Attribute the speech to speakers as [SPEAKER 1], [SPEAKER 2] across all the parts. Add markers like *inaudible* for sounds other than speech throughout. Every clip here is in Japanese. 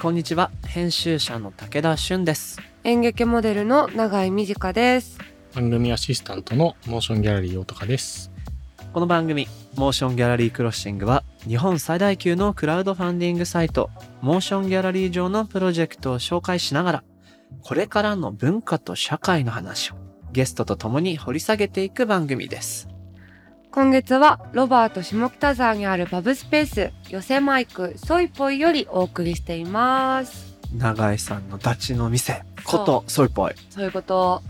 [SPEAKER 1] こんにちは編集者の武田俊です
[SPEAKER 2] 演劇モデルの永井美佳です
[SPEAKER 3] 番組アシスタントのモーションギャラリー大高です。
[SPEAKER 1] この番組モーションギャラリークロッシングは日本最大級のクラウドファンディングサイトモーションギャラリー上のプロジェクトを紹介しながらこれからの文化と社会の話をゲストと共に掘り下げていく番組です
[SPEAKER 2] 今月はロバート下北沢にあるパブスペース寄せマイクソイポイよりお送りしています
[SPEAKER 1] 永井さんのダチの店
[SPEAKER 2] そ
[SPEAKER 1] こ
[SPEAKER 2] う
[SPEAKER 1] とソイポイ
[SPEAKER 2] そういうこと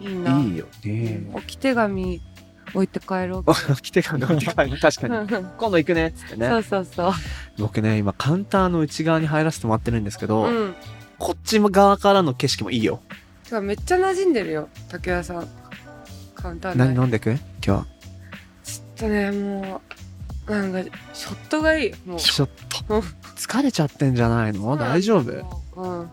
[SPEAKER 2] いいない
[SPEAKER 1] いよね *laughs*
[SPEAKER 2] 置き手紙置いて帰ろう
[SPEAKER 1] 来てから飲んで帰る確かに今度行くねっつって
[SPEAKER 2] *laughs* そ
[SPEAKER 1] ね
[SPEAKER 2] うそうそう、
[SPEAKER 1] 僕ね今カウンターの内側に入らせてもらってるんですけど、
[SPEAKER 2] うん
[SPEAKER 1] こっち側からの景色もいいよ
[SPEAKER 2] てかめっちゃ馴染んでるよ竹谷さんカウンター
[SPEAKER 1] 何
[SPEAKER 2] 内
[SPEAKER 1] 飲んでく今日
[SPEAKER 2] ちょっとねもうなんかショットがいいもう
[SPEAKER 1] ちょっ
[SPEAKER 2] う
[SPEAKER 1] と
[SPEAKER 2] ん
[SPEAKER 1] 疲れちゃってんじゃないの大丈夫
[SPEAKER 2] うん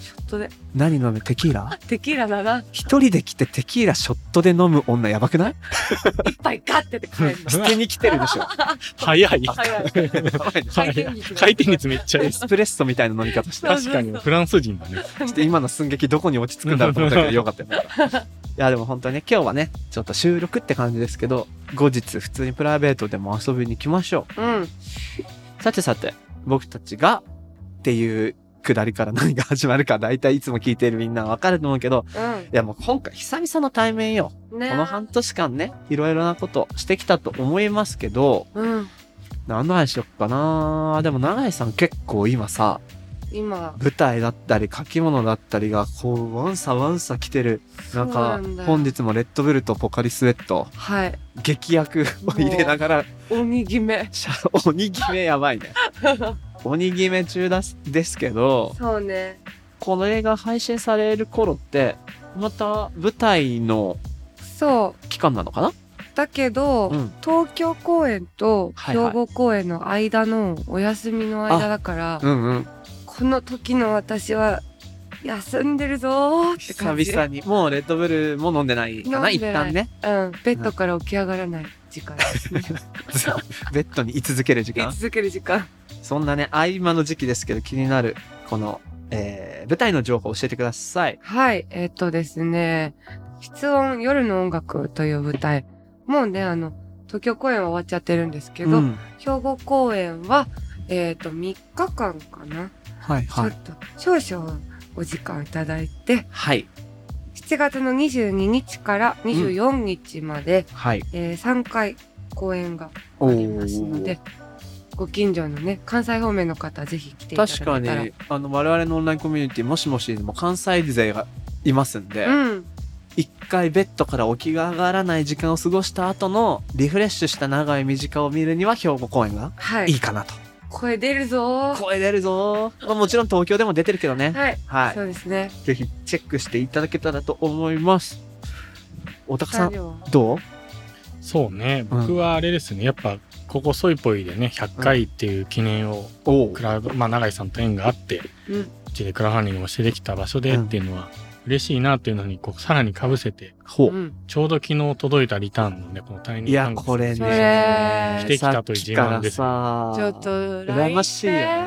[SPEAKER 2] ショットで
[SPEAKER 1] 何飲むテキーラ
[SPEAKER 2] テキーラだな
[SPEAKER 1] 一人で来てテキーラショットで飲む女やばくない
[SPEAKER 2] 一杯ガッてやって帰るの
[SPEAKER 1] 捨てに来てるでしょ
[SPEAKER 3] 早
[SPEAKER 1] *laughs*
[SPEAKER 3] い。
[SPEAKER 2] 早い
[SPEAKER 3] は
[SPEAKER 2] 回
[SPEAKER 3] い
[SPEAKER 2] 転率が
[SPEAKER 3] 回転率めっちゃいい
[SPEAKER 1] エ。スプレッソみたいな飲み方して
[SPEAKER 3] *laughs*
[SPEAKER 2] そう
[SPEAKER 1] ち
[SPEAKER 2] そ
[SPEAKER 3] 確
[SPEAKER 2] う
[SPEAKER 3] かにフランス人だね。
[SPEAKER 1] ょっと今の寸劇どこに落ち着くんだろうと思ったけどよかったよかったいやでも本当にね今日はねちょっと収録って感じですけど後日普通にプライベートでも遊びに来ましょ
[SPEAKER 2] うん
[SPEAKER 1] うさてさて僕たちがっていうくだりから何が始まるか大体いつも聞いてるみんなわかると思うけどいやもう今回久々の対面よ
[SPEAKER 2] うんね
[SPEAKER 1] この半年間ね、いろいろなことしてきたと思いますけど、
[SPEAKER 2] うん
[SPEAKER 1] 何の話しよっかなでも永井さん結構今さ、
[SPEAKER 2] 今
[SPEAKER 1] 舞台だったり書き物だったりが、こう、ワンサワンサ来てる。なん
[SPEAKER 2] そう
[SPEAKER 1] か、
[SPEAKER 2] なんだよ
[SPEAKER 1] 本日もレッドブルとポカリスエット、
[SPEAKER 2] はい
[SPEAKER 1] 劇薬を入れながら、
[SPEAKER 2] 鬼決め
[SPEAKER 1] しゃ鬼決めやばい
[SPEAKER 2] *laughs*
[SPEAKER 1] ね。鬼決め中だすですけど、
[SPEAKER 2] そうね
[SPEAKER 1] この映画配信される頃って、また舞台の
[SPEAKER 2] そ
[SPEAKER 1] 期間なのかな
[SPEAKER 2] うだけど、
[SPEAKER 1] うん
[SPEAKER 2] 東京公演と
[SPEAKER 1] はいはい
[SPEAKER 2] 兵庫公演の間のお休みの間だから、
[SPEAKER 1] うんうん。
[SPEAKER 2] この時の私は休んでるぞーって
[SPEAKER 1] 久
[SPEAKER 2] 感じ
[SPEAKER 1] 々に。もうレッドブルも飲んでないか
[SPEAKER 2] 飲んで
[SPEAKER 1] な、
[SPEAKER 2] ない
[SPEAKER 1] 一旦ね。
[SPEAKER 2] うんベッドから起き上がらない時間ですね
[SPEAKER 1] ベッドに居続ける時
[SPEAKER 2] 居
[SPEAKER 1] 間。
[SPEAKER 2] 続ける時間
[SPEAKER 1] そんなね、合間の時期ですけど気になる、この、えー、舞台の情報教えてください。
[SPEAKER 2] はい、えっ、とですね、室温夜の音楽という舞台。もうね、あの、東京公演は終わっちゃってるんですけど、
[SPEAKER 1] うん
[SPEAKER 2] 兵庫公演は、えっ、と、3日間かな。
[SPEAKER 1] はいはい。
[SPEAKER 2] ちょっと、少々お時間いただいて、
[SPEAKER 1] はい。
[SPEAKER 2] 7月の22日から24日まで、
[SPEAKER 1] はい。
[SPEAKER 2] え3回公演がありますので、ご近所のね、関西方面の方、ぜひ来ていただ
[SPEAKER 1] 確
[SPEAKER 2] けたら。
[SPEAKER 1] かに、あの、我々のオンラインコミュニティ、もしもしでも関西勢がいますんで、
[SPEAKER 2] うん。
[SPEAKER 1] 一回ベッドから起き上がらない時間を過ごした後のリフレッシュした長い短を見るには兵庫公演が
[SPEAKER 2] はい。
[SPEAKER 1] いいかなと。
[SPEAKER 2] 声出るぞー。
[SPEAKER 1] 声出るぞー。まあもちろん東京でも出てるけどね。
[SPEAKER 2] はい。
[SPEAKER 1] はい。
[SPEAKER 2] そうですね。
[SPEAKER 1] ぜひチェックしていただけたらと思います。おたかさ
[SPEAKER 2] 作
[SPEAKER 1] ん、
[SPEAKER 2] 業。
[SPEAKER 1] どう
[SPEAKER 3] そうね。僕はあれですね。やっぱここソイポイでね100回っていう記念を
[SPEAKER 1] おう
[SPEAKER 3] クラウドまあ永井さんと縁があって
[SPEAKER 2] うん
[SPEAKER 3] うちでクラファンディングもしてできた場所でっていうのは嬉しいなっていうのにこうさらにかぶせて
[SPEAKER 1] ほ
[SPEAKER 2] う
[SPEAKER 1] う。
[SPEAKER 2] ん、
[SPEAKER 3] ちょうど昨日届いたリターンのねこのタイ
[SPEAKER 1] い
[SPEAKER 3] ニー
[SPEAKER 1] や
[SPEAKER 3] ハン、グス
[SPEAKER 1] これ
[SPEAKER 2] そ
[SPEAKER 1] ね、
[SPEAKER 2] れ
[SPEAKER 3] してき
[SPEAKER 1] さ
[SPEAKER 3] た
[SPEAKER 1] っ
[SPEAKER 3] という自
[SPEAKER 1] きか
[SPEAKER 3] 慢
[SPEAKER 1] ら
[SPEAKER 3] です
[SPEAKER 1] さ、
[SPEAKER 2] ちょっと
[SPEAKER 1] 羨ましいよね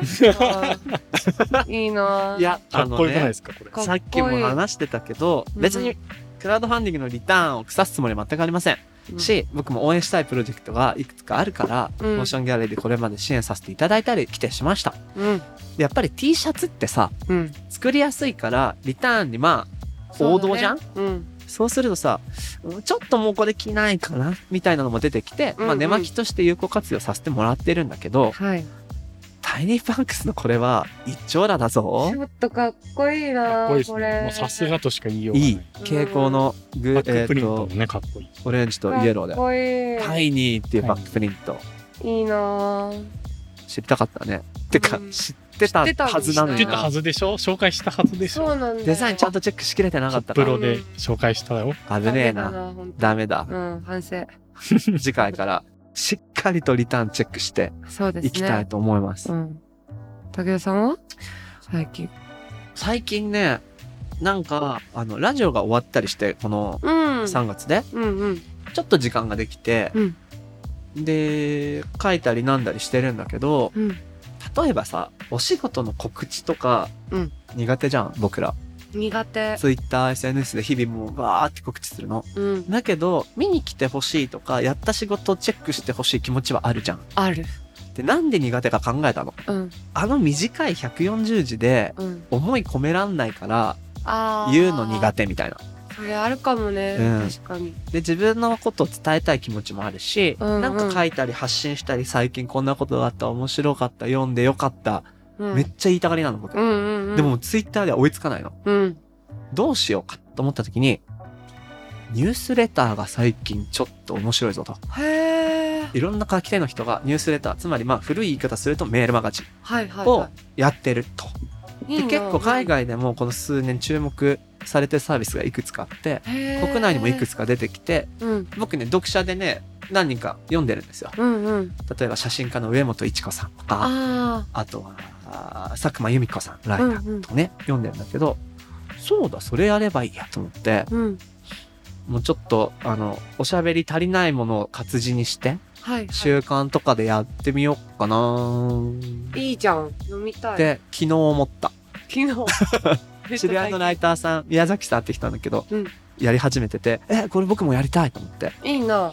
[SPEAKER 2] う
[SPEAKER 1] *laughs*
[SPEAKER 2] んいいない
[SPEAKER 1] や、
[SPEAKER 3] か
[SPEAKER 1] あ
[SPEAKER 3] っ
[SPEAKER 1] の
[SPEAKER 3] こよくない
[SPEAKER 1] ね
[SPEAKER 3] で、すかこれ。
[SPEAKER 2] かっこいい
[SPEAKER 1] さっきも話してたけど、
[SPEAKER 2] うん
[SPEAKER 1] 別にクラウドファンディングのリターンを腐すつもりは全くありません。し、僕も応援したいプロジェクトがいくつかあるから、
[SPEAKER 2] うん
[SPEAKER 1] モーションギャラリーでこれまで支援させていただいたり来てしました。
[SPEAKER 2] うん
[SPEAKER 1] でやっぱり T シャツってさ、
[SPEAKER 2] うん
[SPEAKER 1] 作りやすいから、リターンにまあ、王道じゃん
[SPEAKER 2] うん
[SPEAKER 1] そうするとさ、うんちょっともうこれ着ないかなみたいなのも出てきて、
[SPEAKER 2] うん
[SPEAKER 1] ま
[SPEAKER 2] う
[SPEAKER 1] あ
[SPEAKER 2] ん
[SPEAKER 1] 寝巻きとして有効活用させてもらってるんだけど、
[SPEAKER 2] はい
[SPEAKER 1] タイニーパンクスのこれは一丁羅だぞ
[SPEAKER 2] ち。ょっとかっこいいな
[SPEAKER 3] かっこいいです
[SPEAKER 2] こ
[SPEAKER 3] ね。
[SPEAKER 2] れ
[SPEAKER 3] もうさすがとしか言いようがないい
[SPEAKER 1] い。蛍光のグ
[SPEAKER 3] バ
[SPEAKER 1] ー、
[SPEAKER 3] ッ
[SPEAKER 1] え
[SPEAKER 3] クプ
[SPEAKER 1] っ
[SPEAKER 3] リントも
[SPEAKER 1] と、
[SPEAKER 3] ねかっこいい。
[SPEAKER 1] オレンジとイエローで
[SPEAKER 2] かっ。こいい、
[SPEAKER 1] タ
[SPEAKER 2] い、
[SPEAKER 1] イニーっていうバックプリント。
[SPEAKER 2] いいな
[SPEAKER 1] 知りたかったね。てか
[SPEAKER 2] う、ん
[SPEAKER 1] 知ってたはずなの
[SPEAKER 3] 知っ
[SPEAKER 1] に
[SPEAKER 3] てた
[SPEAKER 1] な
[SPEAKER 3] は。ずでしょ紹介したはずでし
[SPEAKER 2] そ
[SPEAKER 3] ょ
[SPEAKER 2] うなんだよ
[SPEAKER 1] デザインちゃんとチェックしきれてなかった
[SPEAKER 3] カップ
[SPEAKER 1] な。
[SPEAKER 3] ロで紹介したよ。
[SPEAKER 1] 危ねえ
[SPEAKER 2] ダメ
[SPEAKER 1] な。
[SPEAKER 2] だほんと
[SPEAKER 1] ダメだ。
[SPEAKER 2] うん反省
[SPEAKER 1] 次回から、しっかりとリターンチェックして
[SPEAKER 2] そうですね
[SPEAKER 1] いきたいと思います
[SPEAKER 2] う。ん武田さんは最近
[SPEAKER 1] 最近ね、なんか、あの、ラジオが終わったりして、この
[SPEAKER 2] うん
[SPEAKER 1] 3月で、
[SPEAKER 2] うんうん
[SPEAKER 1] ちょっと時間ができて、
[SPEAKER 2] うん
[SPEAKER 1] で、書いたりなんだりしてるんだけど、
[SPEAKER 2] うん
[SPEAKER 1] 例えばさお仕事の告知とか、
[SPEAKER 2] うん
[SPEAKER 1] 苦手じゃん僕ら
[SPEAKER 2] 苦手。
[SPEAKER 1] TwitterSNS で日々もうバーって告知するの
[SPEAKER 2] うん。
[SPEAKER 1] だけど見に来てほしいとかやった仕事をチェックしてほしい気持ちはあるじゃん
[SPEAKER 2] ある。
[SPEAKER 1] でなんで苦手か考えたの
[SPEAKER 2] うん。
[SPEAKER 1] あの短い140字で
[SPEAKER 2] うん。
[SPEAKER 1] 思い込めらんないから
[SPEAKER 2] ああ。
[SPEAKER 1] 言うの苦
[SPEAKER 2] 手。
[SPEAKER 1] 手みたいな
[SPEAKER 2] それあるかもね。
[SPEAKER 1] うん
[SPEAKER 2] 確かに。
[SPEAKER 1] で自分のことを伝えたい気持ちもあるし、
[SPEAKER 2] うんうん
[SPEAKER 1] なんか書いたり発信したり最近こんなことがあった面白かった読んでよかった、
[SPEAKER 2] うん。
[SPEAKER 1] めっちゃ言いたがりなの僕、
[SPEAKER 2] うんうんうん。
[SPEAKER 1] でも、ツイッターでは追いつかないの
[SPEAKER 2] うん。
[SPEAKER 1] どうしようかと思った時にニュースレターが最近ちょっと面白いぞと
[SPEAKER 2] へえ。
[SPEAKER 1] いろんな書き手の人がニュースレターつまりまあ古い言い方するとメールマガジン
[SPEAKER 2] はいはい、
[SPEAKER 1] を
[SPEAKER 2] は
[SPEAKER 1] やってると、
[SPEAKER 2] い。いいな
[SPEAKER 1] で結構海。外でもこの数年注目されてるサービスがいくつかあって
[SPEAKER 2] へー
[SPEAKER 1] 国内にもいくつか出てきて
[SPEAKER 2] うん。
[SPEAKER 1] 僕ね読者でね何人か読んでるんですよ
[SPEAKER 2] うんうん。
[SPEAKER 1] 例えば写真家の上本一子さんとかあ
[SPEAKER 2] あ
[SPEAKER 1] とはあー佐久間由美子さんライタ
[SPEAKER 2] あ。う
[SPEAKER 1] ー
[SPEAKER 2] んうん
[SPEAKER 1] と。かね、読んでるんだけどそうだそれやればいいやと思って
[SPEAKER 2] うん。
[SPEAKER 1] もうちょっとあのおしゃべり足りないものを活字にして
[SPEAKER 2] はい、は
[SPEAKER 1] 習慣とかでやってみようかなーっ
[SPEAKER 2] い。いいじゃん。飲みたい。
[SPEAKER 1] て昨日思った
[SPEAKER 2] 昨日。めっち
[SPEAKER 1] *laughs* 知
[SPEAKER 2] ゃ
[SPEAKER 1] り合いのライターさん宮崎さんって人なんだけど、
[SPEAKER 2] うん
[SPEAKER 1] やり始めててえこれ僕もやりたいと思って
[SPEAKER 2] いいな。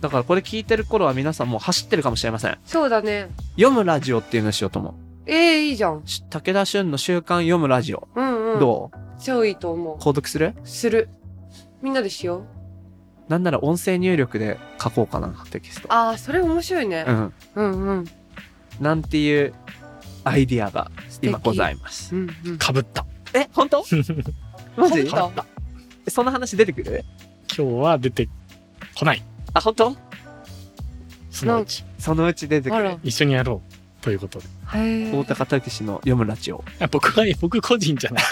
[SPEAKER 1] だからこれ聞いてる頃は皆さんもう走ってるかもしれません
[SPEAKER 2] そうだね。
[SPEAKER 1] 読むラジオっていうのをしようと思う
[SPEAKER 2] ええいいじゃん。
[SPEAKER 1] し武田俊の週刊読むラジオ、
[SPEAKER 2] うんうん。
[SPEAKER 1] ど
[SPEAKER 2] う超いいと思
[SPEAKER 1] う購読する
[SPEAKER 2] う。する。みんなでしよう。
[SPEAKER 1] なんなら音声入力で書こうかなテキスト
[SPEAKER 2] ああ、それ面白いね
[SPEAKER 1] う。ん
[SPEAKER 2] うんうん。
[SPEAKER 1] なんていうアイディアが
[SPEAKER 2] 素敵
[SPEAKER 1] 今ございます
[SPEAKER 2] うんうん。
[SPEAKER 3] かぶった。
[SPEAKER 1] え本
[SPEAKER 3] *laughs*
[SPEAKER 1] 当
[SPEAKER 3] 今
[SPEAKER 1] マジ
[SPEAKER 2] 本当
[SPEAKER 1] その話出てくる
[SPEAKER 3] 日は出てこない。
[SPEAKER 1] あ本当
[SPEAKER 3] そのうち
[SPEAKER 1] そのうち出てく
[SPEAKER 2] あ
[SPEAKER 1] る
[SPEAKER 2] ら。
[SPEAKER 3] 一緒にやろうということで。
[SPEAKER 2] へ
[SPEAKER 1] 大高武史の読むラジオ
[SPEAKER 3] あ僕は、僕個人じゃない。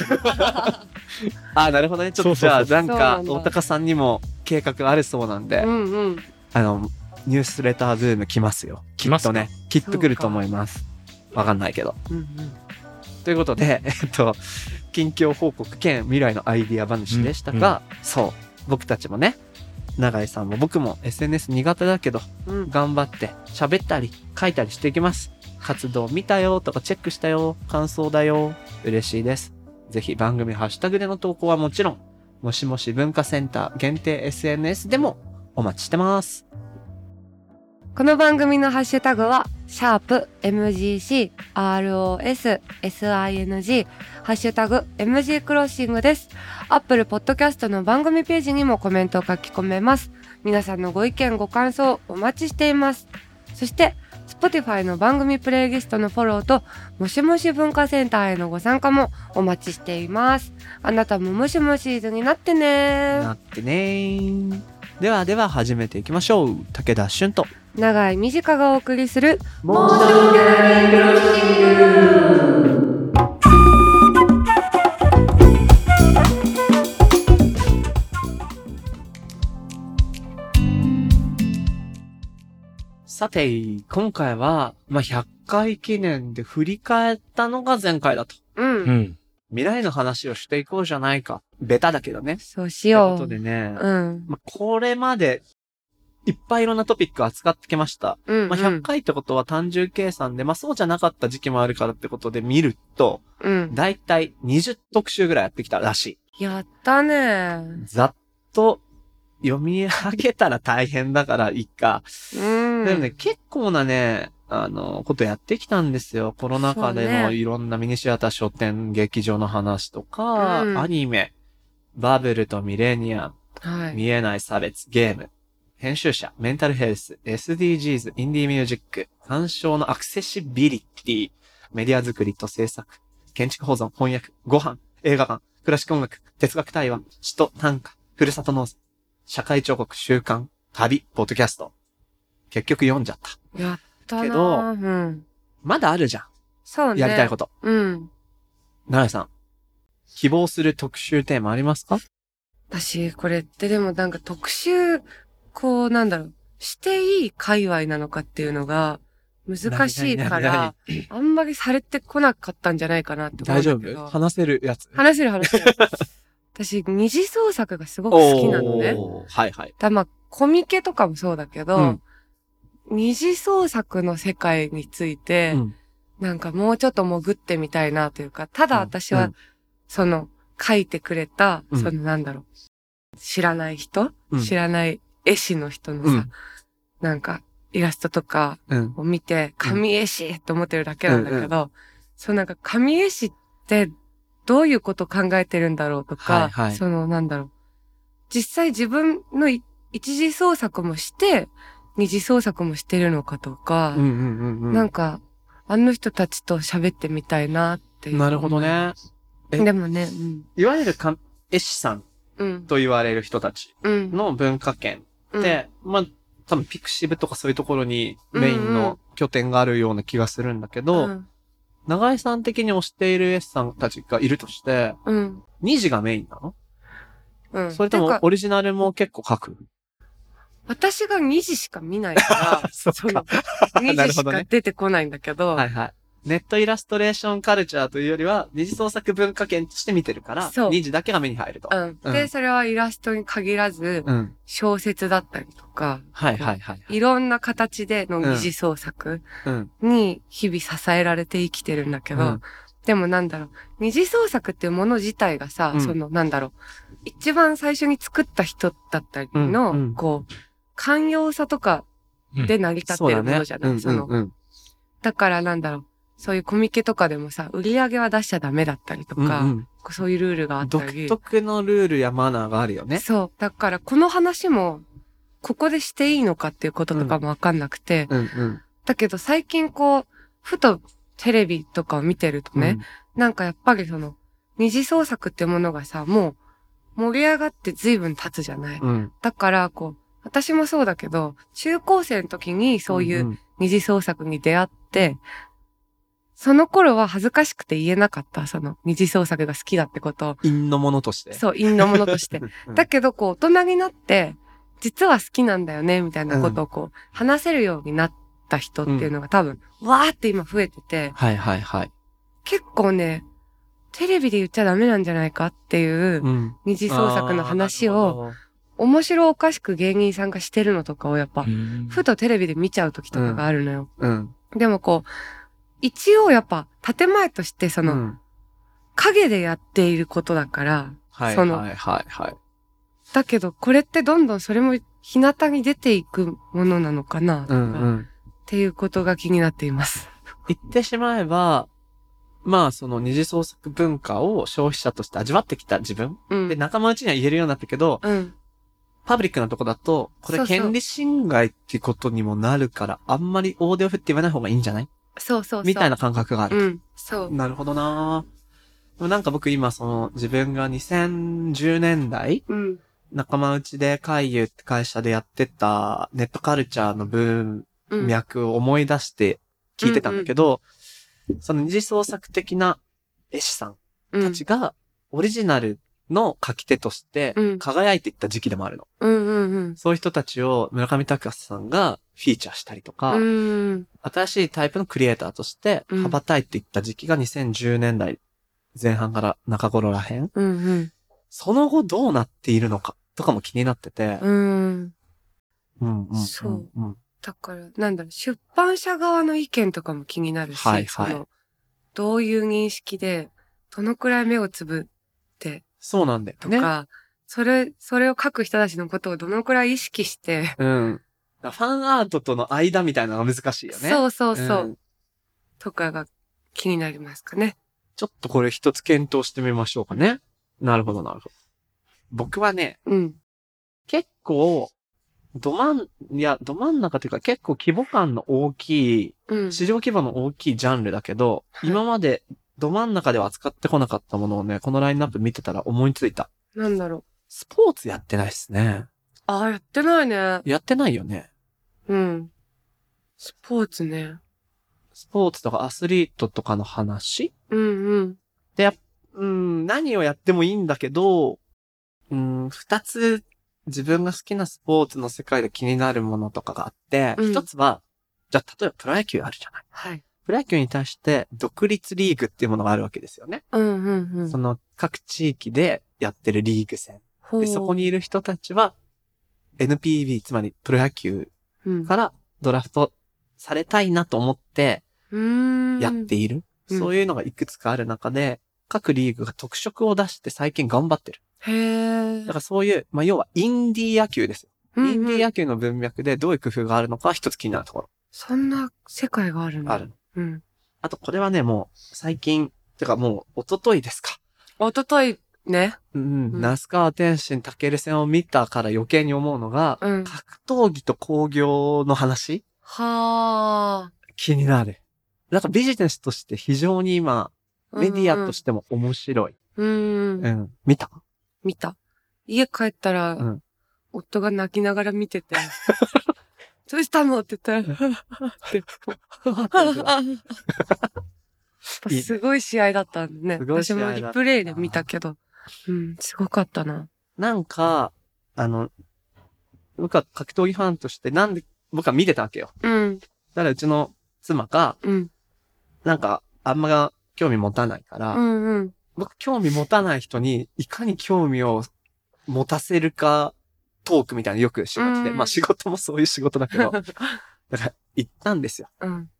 [SPEAKER 1] あなるほどねちょっとじゃあ
[SPEAKER 3] そう
[SPEAKER 1] な
[SPEAKER 2] うそう
[SPEAKER 1] か
[SPEAKER 2] んそうそうなん
[SPEAKER 1] 大
[SPEAKER 2] だ
[SPEAKER 1] 高さんにも計画あるそうなんで、
[SPEAKER 2] うんうん。
[SPEAKER 1] あのニュースレターズーム来ますよ
[SPEAKER 3] 来ます
[SPEAKER 1] と
[SPEAKER 3] か
[SPEAKER 1] ねきっと来ると思いますわかんないけど
[SPEAKER 2] うんうん。
[SPEAKER 1] ということで、えっと、近況報告兼未来のアイディア話でしたが、そう、僕たちもね、永井さんも僕も SNS 苦手だけど、
[SPEAKER 2] うん。
[SPEAKER 1] 頑張って喋ったり書いたりしていきます。活動見たよとかチェックしたよ、感想だよ、嬉しいです。ぜひ番組ハッシュタグでの投稿はもちろん、もしもし文化センター限定 SNS でもお待ちしてます。
[SPEAKER 2] この番組のハッシュタグは、シャープ MGC、ROS、SING、ハッシュタグ MG クロッシングです。アップルポッドキャストの番組ページにもコメントを書き込めます。皆さんのご意見、ご感想、お待ちしています。そして、Spotify の番組プレイリストのフォローと、もしもし文化センターへのご参加もお待ちしています。あなたももしもしーずになってね
[SPEAKER 1] なってねー。ではでは始めていきましょう。武田俊と。
[SPEAKER 2] 長井美智香がお送りする、
[SPEAKER 1] もさて、今回は、まあ、100回記念で振り返ったのが前回だと。
[SPEAKER 2] うん、
[SPEAKER 3] うん。
[SPEAKER 1] 未来の話をしていこうじゃないか。ベタだけどね。
[SPEAKER 2] そうし
[SPEAKER 1] という
[SPEAKER 2] よ
[SPEAKER 1] こと
[SPEAKER 2] う。
[SPEAKER 1] でね、
[SPEAKER 2] うん。
[SPEAKER 1] まあ、これまで、いっぱいいろんなトピックを扱ってきました。
[SPEAKER 2] うん。
[SPEAKER 1] まあ、100回ってことは単純計算で、まあ、そうじゃなかった時期もあるからってことで見ると、
[SPEAKER 2] うん。
[SPEAKER 1] だいたい20特集ぐらいやってきたらし
[SPEAKER 2] やった
[SPEAKER 1] い
[SPEAKER 2] ね。。
[SPEAKER 1] ざっと読み上げたら大変だからいいか。
[SPEAKER 2] うん。
[SPEAKER 1] でもね、結構なね、あの、ことやってきたんですよ。コロナ禍で
[SPEAKER 2] そ
[SPEAKER 1] も
[SPEAKER 2] うね
[SPEAKER 1] いろんなミニシアター書店、劇場の話とか、
[SPEAKER 2] うん
[SPEAKER 1] アニメ、バブルとミレニア
[SPEAKER 2] は
[SPEAKER 1] ム、
[SPEAKER 2] い。
[SPEAKER 1] 見えない差別、ゲーム、編集者、メンタルヘルス、SDGs、インディーミュージック、鑑賞のアクセシビリティ、メディア作りと制作、建築保存、翻訳、ご飯、映画館、クラシック音楽、哲学対話、詩と短歌、ふるさと納税、社会彫刻、習慣、旅、ポッドキャスト。結局読んじゃった。
[SPEAKER 2] やったな。
[SPEAKER 1] けど
[SPEAKER 2] うん。
[SPEAKER 1] まだあるじゃ
[SPEAKER 2] そうね。
[SPEAKER 1] ん。やりたいこと。
[SPEAKER 2] と。うん。
[SPEAKER 1] 奈良さん。希望する特集テーマありますか
[SPEAKER 2] 私、これってでもなんか特集、こう、なんだろう、していい界隈なのかっていうのが、難しいか
[SPEAKER 1] 何々
[SPEAKER 2] ら、あんまりされてこなかったんじゃないかなって
[SPEAKER 1] 大
[SPEAKER 2] 思うん
[SPEAKER 1] 丈
[SPEAKER 2] だけど。
[SPEAKER 1] 夫話せるやつ。
[SPEAKER 2] 話せる
[SPEAKER 1] *laughs*
[SPEAKER 2] 話せる。私、二次創作がすごく好きなのね。
[SPEAKER 1] おーはいはい。
[SPEAKER 2] だまあ、コミケとかもそうだけど、
[SPEAKER 1] うん
[SPEAKER 2] 二次創作の世界について、
[SPEAKER 1] うん
[SPEAKER 2] なんかもうちょっと潜ってみたいなというか、ただ私は、
[SPEAKER 1] うん
[SPEAKER 2] その、書いてくれた、
[SPEAKER 1] うん
[SPEAKER 2] そのなんだろう、知らない人、
[SPEAKER 1] うん
[SPEAKER 2] 知らない絵師の人のさ、
[SPEAKER 1] うん
[SPEAKER 2] なんか、イラストとか
[SPEAKER 1] うん。
[SPEAKER 2] を見て、神絵師って思ってるだけなんだけど、そうなんか神絵師ってどういうこと考えてるんだろうとか、
[SPEAKER 1] はいはい
[SPEAKER 2] そのなんだろう。実際自分のい一次創作もして、二次創作もしてるのかとか、
[SPEAKER 1] うんうんうんうん。
[SPEAKER 2] なんか、あの人たちと喋ってみたいなっていう。
[SPEAKER 1] なるほど。ね。え
[SPEAKER 2] でもね、うん。
[SPEAKER 1] いわゆるかん絵師さん
[SPEAKER 2] うん。
[SPEAKER 1] と言われる人たち
[SPEAKER 2] うん。
[SPEAKER 1] の文化圏
[SPEAKER 2] うん、
[SPEAKER 1] って、まあ、多分ピクシブとかそういうところにメインの拠点があるような気がするんだけ
[SPEAKER 2] う
[SPEAKER 1] ど、
[SPEAKER 2] ん、
[SPEAKER 1] 長井さん的に推している絵師さんたちがいるとして、
[SPEAKER 2] うん。
[SPEAKER 1] 2次がメインなの、
[SPEAKER 2] うん。
[SPEAKER 1] それと
[SPEAKER 2] て
[SPEAKER 1] も
[SPEAKER 2] か
[SPEAKER 1] オリジナルも結構描く
[SPEAKER 2] 私が2時しか見ない
[SPEAKER 1] *laughs*
[SPEAKER 2] から、
[SPEAKER 1] そ
[SPEAKER 2] その、
[SPEAKER 1] な
[SPEAKER 2] 2
[SPEAKER 1] る
[SPEAKER 2] 時
[SPEAKER 1] ほ
[SPEAKER 2] し
[SPEAKER 1] ど
[SPEAKER 2] か
[SPEAKER 1] ね
[SPEAKER 2] 出てこないんだけど、
[SPEAKER 1] はいはい。ネットイラストレーションカルチャーというよりは、二次創作文化圏として見てるから、
[SPEAKER 2] そう
[SPEAKER 1] 二次だけが目に入ると。
[SPEAKER 2] うん。で、それはイラストに限らず、
[SPEAKER 1] うん。
[SPEAKER 2] 小説だったりとか、
[SPEAKER 1] はいはいはい。
[SPEAKER 2] いろんな形での二次創作
[SPEAKER 1] うん。
[SPEAKER 2] に日々支えられて生きてるんだけど、
[SPEAKER 1] うん
[SPEAKER 2] でもなんだろう、二次創作っていうもの自体がさ、
[SPEAKER 1] うん
[SPEAKER 2] そのなんだろう、一番最初に作った人だったりの、
[SPEAKER 1] うんうん
[SPEAKER 2] こう、寛容さとかで成り立ってるものじゃない、そ
[SPEAKER 1] うん
[SPEAKER 2] の、
[SPEAKER 1] うんうん。
[SPEAKER 2] だからなんだろう、そういうコミケとかでもさ、売り上げは出しちゃダメだったりとか、
[SPEAKER 1] うんうん
[SPEAKER 2] こうそういうルールがあった
[SPEAKER 1] 独
[SPEAKER 2] り。
[SPEAKER 1] 特のルールやマナーがあるよね。
[SPEAKER 2] そう。だからこの話も、ここでしていいのかっていうこととかもわかんなくて、
[SPEAKER 1] うんうん。
[SPEAKER 2] だけど最近こう、ふとテレビとかを見てるとね、なんかやっぱりその、二次創作ってものがさ、もう盛り上がって随分経つじゃない。
[SPEAKER 1] うん。うん。
[SPEAKER 2] だからこう、私もそうだけど、中高生の時にそういうん二次創作に出会って、その頃は恥ずかしくて言えなかった、その二次創作が好きだってことを。
[SPEAKER 1] 陰のものとして。
[SPEAKER 2] そう、陰のものとして。
[SPEAKER 1] うん
[SPEAKER 2] だけど、こう、大人になって、実は好きなんだよね、みたいなことをこう、話せるようになった人っていうのが多分、わーって今増えてて、
[SPEAKER 1] はいはいはい。
[SPEAKER 2] 結構ね、テレビで言っちゃダメなんじゃないかっていう、
[SPEAKER 1] ん。
[SPEAKER 2] 二次創作の話
[SPEAKER 1] あー
[SPEAKER 2] を、、面白おかしく芸人さんがしてるのとかをやっぱ、
[SPEAKER 3] うん
[SPEAKER 2] ふとテレビで見ちゃう時とかがあるの
[SPEAKER 1] な
[SPEAKER 2] よ。
[SPEAKER 1] るほどうん。
[SPEAKER 2] でもこう、一応やっぱ、建前としてその、
[SPEAKER 1] うん
[SPEAKER 2] 影でやっていることだから、
[SPEAKER 1] はい
[SPEAKER 2] その
[SPEAKER 1] はいはいはい。
[SPEAKER 2] だけど、これってどんどんそれも日向に出ていくものなのかな、と
[SPEAKER 1] う
[SPEAKER 2] か
[SPEAKER 1] んうん。
[SPEAKER 2] っていうことが気になっています。
[SPEAKER 1] 言ってしまえば、まあその二次創作文化を消費者として味わってきた自分
[SPEAKER 2] うん。
[SPEAKER 1] で仲間内には言えるようになったけど、
[SPEAKER 2] うん。
[SPEAKER 1] パブリックなとこだと、こ
[SPEAKER 2] そ
[SPEAKER 1] れ
[SPEAKER 2] うそう
[SPEAKER 1] 権利侵害ってことにもなるから、あんまり大手を振って言わない方がいいんじゃない
[SPEAKER 2] そうそうそう。
[SPEAKER 1] みたいな感覚がある。
[SPEAKER 2] うん。そう。
[SPEAKER 1] なるほどなぁでもなんか僕今その自分が2010年代、
[SPEAKER 2] うん。
[SPEAKER 1] 仲間内で海遊って会社でやってたネットカルチャーの文
[SPEAKER 2] うん。
[SPEAKER 1] 脈を思い出して聞いてたんだけど、その二次創作的な絵師さん
[SPEAKER 2] うん
[SPEAKER 1] たちがオリジナルの書き手として
[SPEAKER 2] うん
[SPEAKER 1] 輝いていった時期でもあるの。
[SPEAKER 2] うんうんうん。
[SPEAKER 1] そういう人たちを村上隆さんがフィーチャーしたりとか、
[SPEAKER 2] うん。
[SPEAKER 1] 新しいタイプのクリエイターとして
[SPEAKER 2] うん
[SPEAKER 1] 羽ばたいていった時期が2010年代前半から中頃らへん。
[SPEAKER 2] うん
[SPEAKER 1] その後どうなっているのかとかも気になってて。
[SPEAKER 2] うん。うん。
[SPEAKER 1] うんうんうん
[SPEAKER 2] そう
[SPEAKER 1] うん
[SPEAKER 2] だから、なんだろう、出版社側の意見とかも気になるし、
[SPEAKER 1] はいはい
[SPEAKER 2] その、どういう認識で、どのくらい目をつぶって
[SPEAKER 1] そうなんだよ
[SPEAKER 2] と
[SPEAKER 1] ね。
[SPEAKER 2] か、それ、それを書く人たちのことをどのくらい意識して、
[SPEAKER 1] うん。だからファンアートとの間みたいなのが難しいよね。
[SPEAKER 2] そうそうそう、
[SPEAKER 1] ん
[SPEAKER 2] とかが気になりますかね。
[SPEAKER 1] ちょっとこれ一つ検討してみましょうかね。なるほど、なるほど。僕はね、
[SPEAKER 2] うん。
[SPEAKER 1] 結構、ど真ん、いや、ど真ん中というか結構規模感の大きい
[SPEAKER 2] うん。
[SPEAKER 1] 市場規模の大きいジャンルだけど、
[SPEAKER 2] い
[SPEAKER 1] 今までど真ん中では扱ってこなかったものをね、このラインナップ見てたら思いついた。
[SPEAKER 2] なんだろう。
[SPEAKER 1] スポーツやってないっすね。
[SPEAKER 2] ああ、やってないね。
[SPEAKER 1] やってないよね。
[SPEAKER 2] うん。スポーツね。
[SPEAKER 1] スポーツとかアスリートとかの話
[SPEAKER 2] うんうん。
[SPEAKER 1] うん、何をやってもいいんだけど、うん、二つ自分が好きなスポーツの世界で気になるものとかがあって、
[SPEAKER 2] うん
[SPEAKER 1] 一つは、じゃあ例えばプロ野球あるじゃない。
[SPEAKER 2] はい。
[SPEAKER 1] プロ野球に対して独立リーグっていうものがあるわけですよね。
[SPEAKER 2] うんうんうん
[SPEAKER 1] そ。の各地域でやってるリーグ戦。
[SPEAKER 2] ほう
[SPEAKER 1] で、そこにいる人たちは、NPB、つまりプロ野球
[SPEAKER 2] うん
[SPEAKER 1] からドラフトされたいなと思って、
[SPEAKER 2] うーん。
[SPEAKER 1] やっている、
[SPEAKER 2] うん
[SPEAKER 1] そういうのがいくつかある中で、各リーグが特色を出して最近頑張ってる。
[SPEAKER 2] へえ。
[SPEAKER 1] だからそういう、まあ、要はインディー野球ですよ。
[SPEAKER 2] うんうん
[SPEAKER 1] インディー野球の文脈でどういう工夫があるのかは一つ気になるところ。
[SPEAKER 2] そんな世界があるんだ。
[SPEAKER 1] ある。
[SPEAKER 2] うん。
[SPEAKER 1] あとこれはね、もう最近、てかもう一昨日ですか。
[SPEAKER 2] おとといね。
[SPEAKER 1] うん、
[SPEAKER 2] うん
[SPEAKER 1] 那須川天心たける戦を見たから余計に思うのが、
[SPEAKER 2] うん。は
[SPEAKER 1] 格闘技と工業の話
[SPEAKER 2] あ。
[SPEAKER 1] 気になる。なんかビジネスとして非常に今、メディアとしても面白い。
[SPEAKER 2] うんうん。
[SPEAKER 1] う、
[SPEAKER 2] うんん。
[SPEAKER 1] 見た *laughs*
[SPEAKER 2] 見た。家帰ったら、
[SPEAKER 1] うん
[SPEAKER 2] 夫が泣きながら見て
[SPEAKER 1] *laughs*
[SPEAKER 2] て。どうしたのって言ったら、
[SPEAKER 1] *laughs*
[SPEAKER 2] って。やっぱすごい試合だったんでね。
[SPEAKER 1] すごい試
[SPEAKER 2] 私
[SPEAKER 1] 合だっ
[SPEAKER 2] も
[SPEAKER 1] た
[SPEAKER 2] リプレイで見たけど。うん、すごかったな。
[SPEAKER 1] なんか、あの、僕は格闘技ファンとして、なんで、僕は見てたわけよ。
[SPEAKER 2] うん、
[SPEAKER 1] だからうちの妻が、
[SPEAKER 2] うん、
[SPEAKER 1] なんか、あんま興味持たないから、
[SPEAKER 2] うん、うん。
[SPEAKER 1] 僕興味持たない人に、いかに興味を持たせるか、トークみたいなのよくしがちで、
[SPEAKER 2] うん
[SPEAKER 1] まあ仕事もそういう仕事だけど、
[SPEAKER 2] *laughs*
[SPEAKER 1] だから行ったんですよ。
[SPEAKER 2] うん、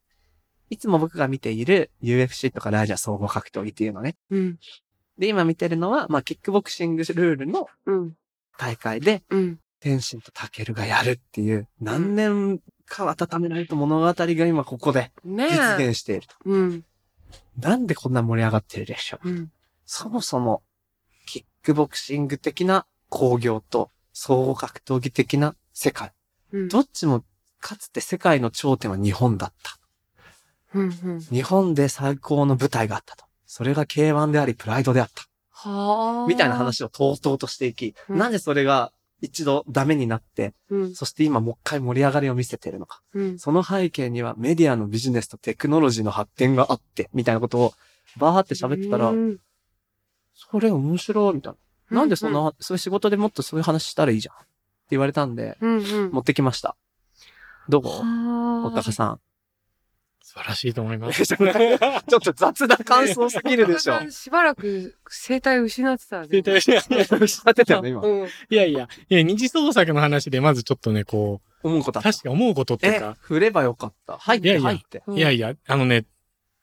[SPEAKER 1] いつも僕が見ている UFC とかラージャ総合格闘技っていうのね。
[SPEAKER 2] うん、
[SPEAKER 1] で、今見てるのは、まあ、キックボクシングルールの
[SPEAKER 2] うん、
[SPEAKER 1] 大会で、
[SPEAKER 2] うん。
[SPEAKER 1] 天心とタケルがやるっていう、何年か温められた物語が今ここで
[SPEAKER 2] ね
[SPEAKER 1] 実
[SPEAKER 2] え。
[SPEAKER 1] 現していると。
[SPEAKER 2] うん、
[SPEAKER 1] なんでこんな盛り上がってるでしょう。
[SPEAKER 2] うん、
[SPEAKER 1] そもそも、キックボクシング的な工業と、総合格闘技的な世界。
[SPEAKER 2] うん。
[SPEAKER 1] どっちも、かつて世界の頂点は日本だった。
[SPEAKER 2] うん、うん。
[SPEAKER 1] 日本で最高の舞台があったと。それが K1 であり、プライドであった。
[SPEAKER 2] はあ。
[SPEAKER 1] みたいな。話をとうとうとしていき、
[SPEAKER 2] うん
[SPEAKER 1] なぜそれが一度ダメになって、
[SPEAKER 2] うん、
[SPEAKER 1] そして今もう一回盛り上がりを見せているのか。
[SPEAKER 2] うん、
[SPEAKER 1] その背景にはメディアのビジネスとテクノロジーの発展があって、みたいなことをバーって喋ってたら
[SPEAKER 2] う、ん
[SPEAKER 1] それ面白い、みたいな。なんでそん
[SPEAKER 2] う
[SPEAKER 1] な、そういう仕事でもっとそういう話したらいいじゃん。って言われたんで、
[SPEAKER 2] うん、うん。
[SPEAKER 1] 持ってきました。どこお
[SPEAKER 2] お
[SPEAKER 1] たかさん。
[SPEAKER 3] 素晴らしいと思います。
[SPEAKER 1] *laughs* ちょっと雑な感想すぎるでし
[SPEAKER 2] *laughs*
[SPEAKER 1] ょ。
[SPEAKER 2] しばらく声帯失ってたね。
[SPEAKER 3] いやいや
[SPEAKER 1] 失ってたよね、今。
[SPEAKER 2] うん。
[SPEAKER 3] いやいや、いや二次創作の話でまずちょっとね、こう、
[SPEAKER 1] 思うことあった。
[SPEAKER 3] 確か思うことっていう
[SPEAKER 1] え
[SPEAKER 3] か、、
[SPEAKER 1] 振ればよかった。入っ
[SPEAKER 3] いや
[SPEAKER 1] て、
[SPEAKER 3] いや
[SPEAKER 1] 入って。
[SPEAKER 2] うん
[SPEAKER 3] いやいや、あのね、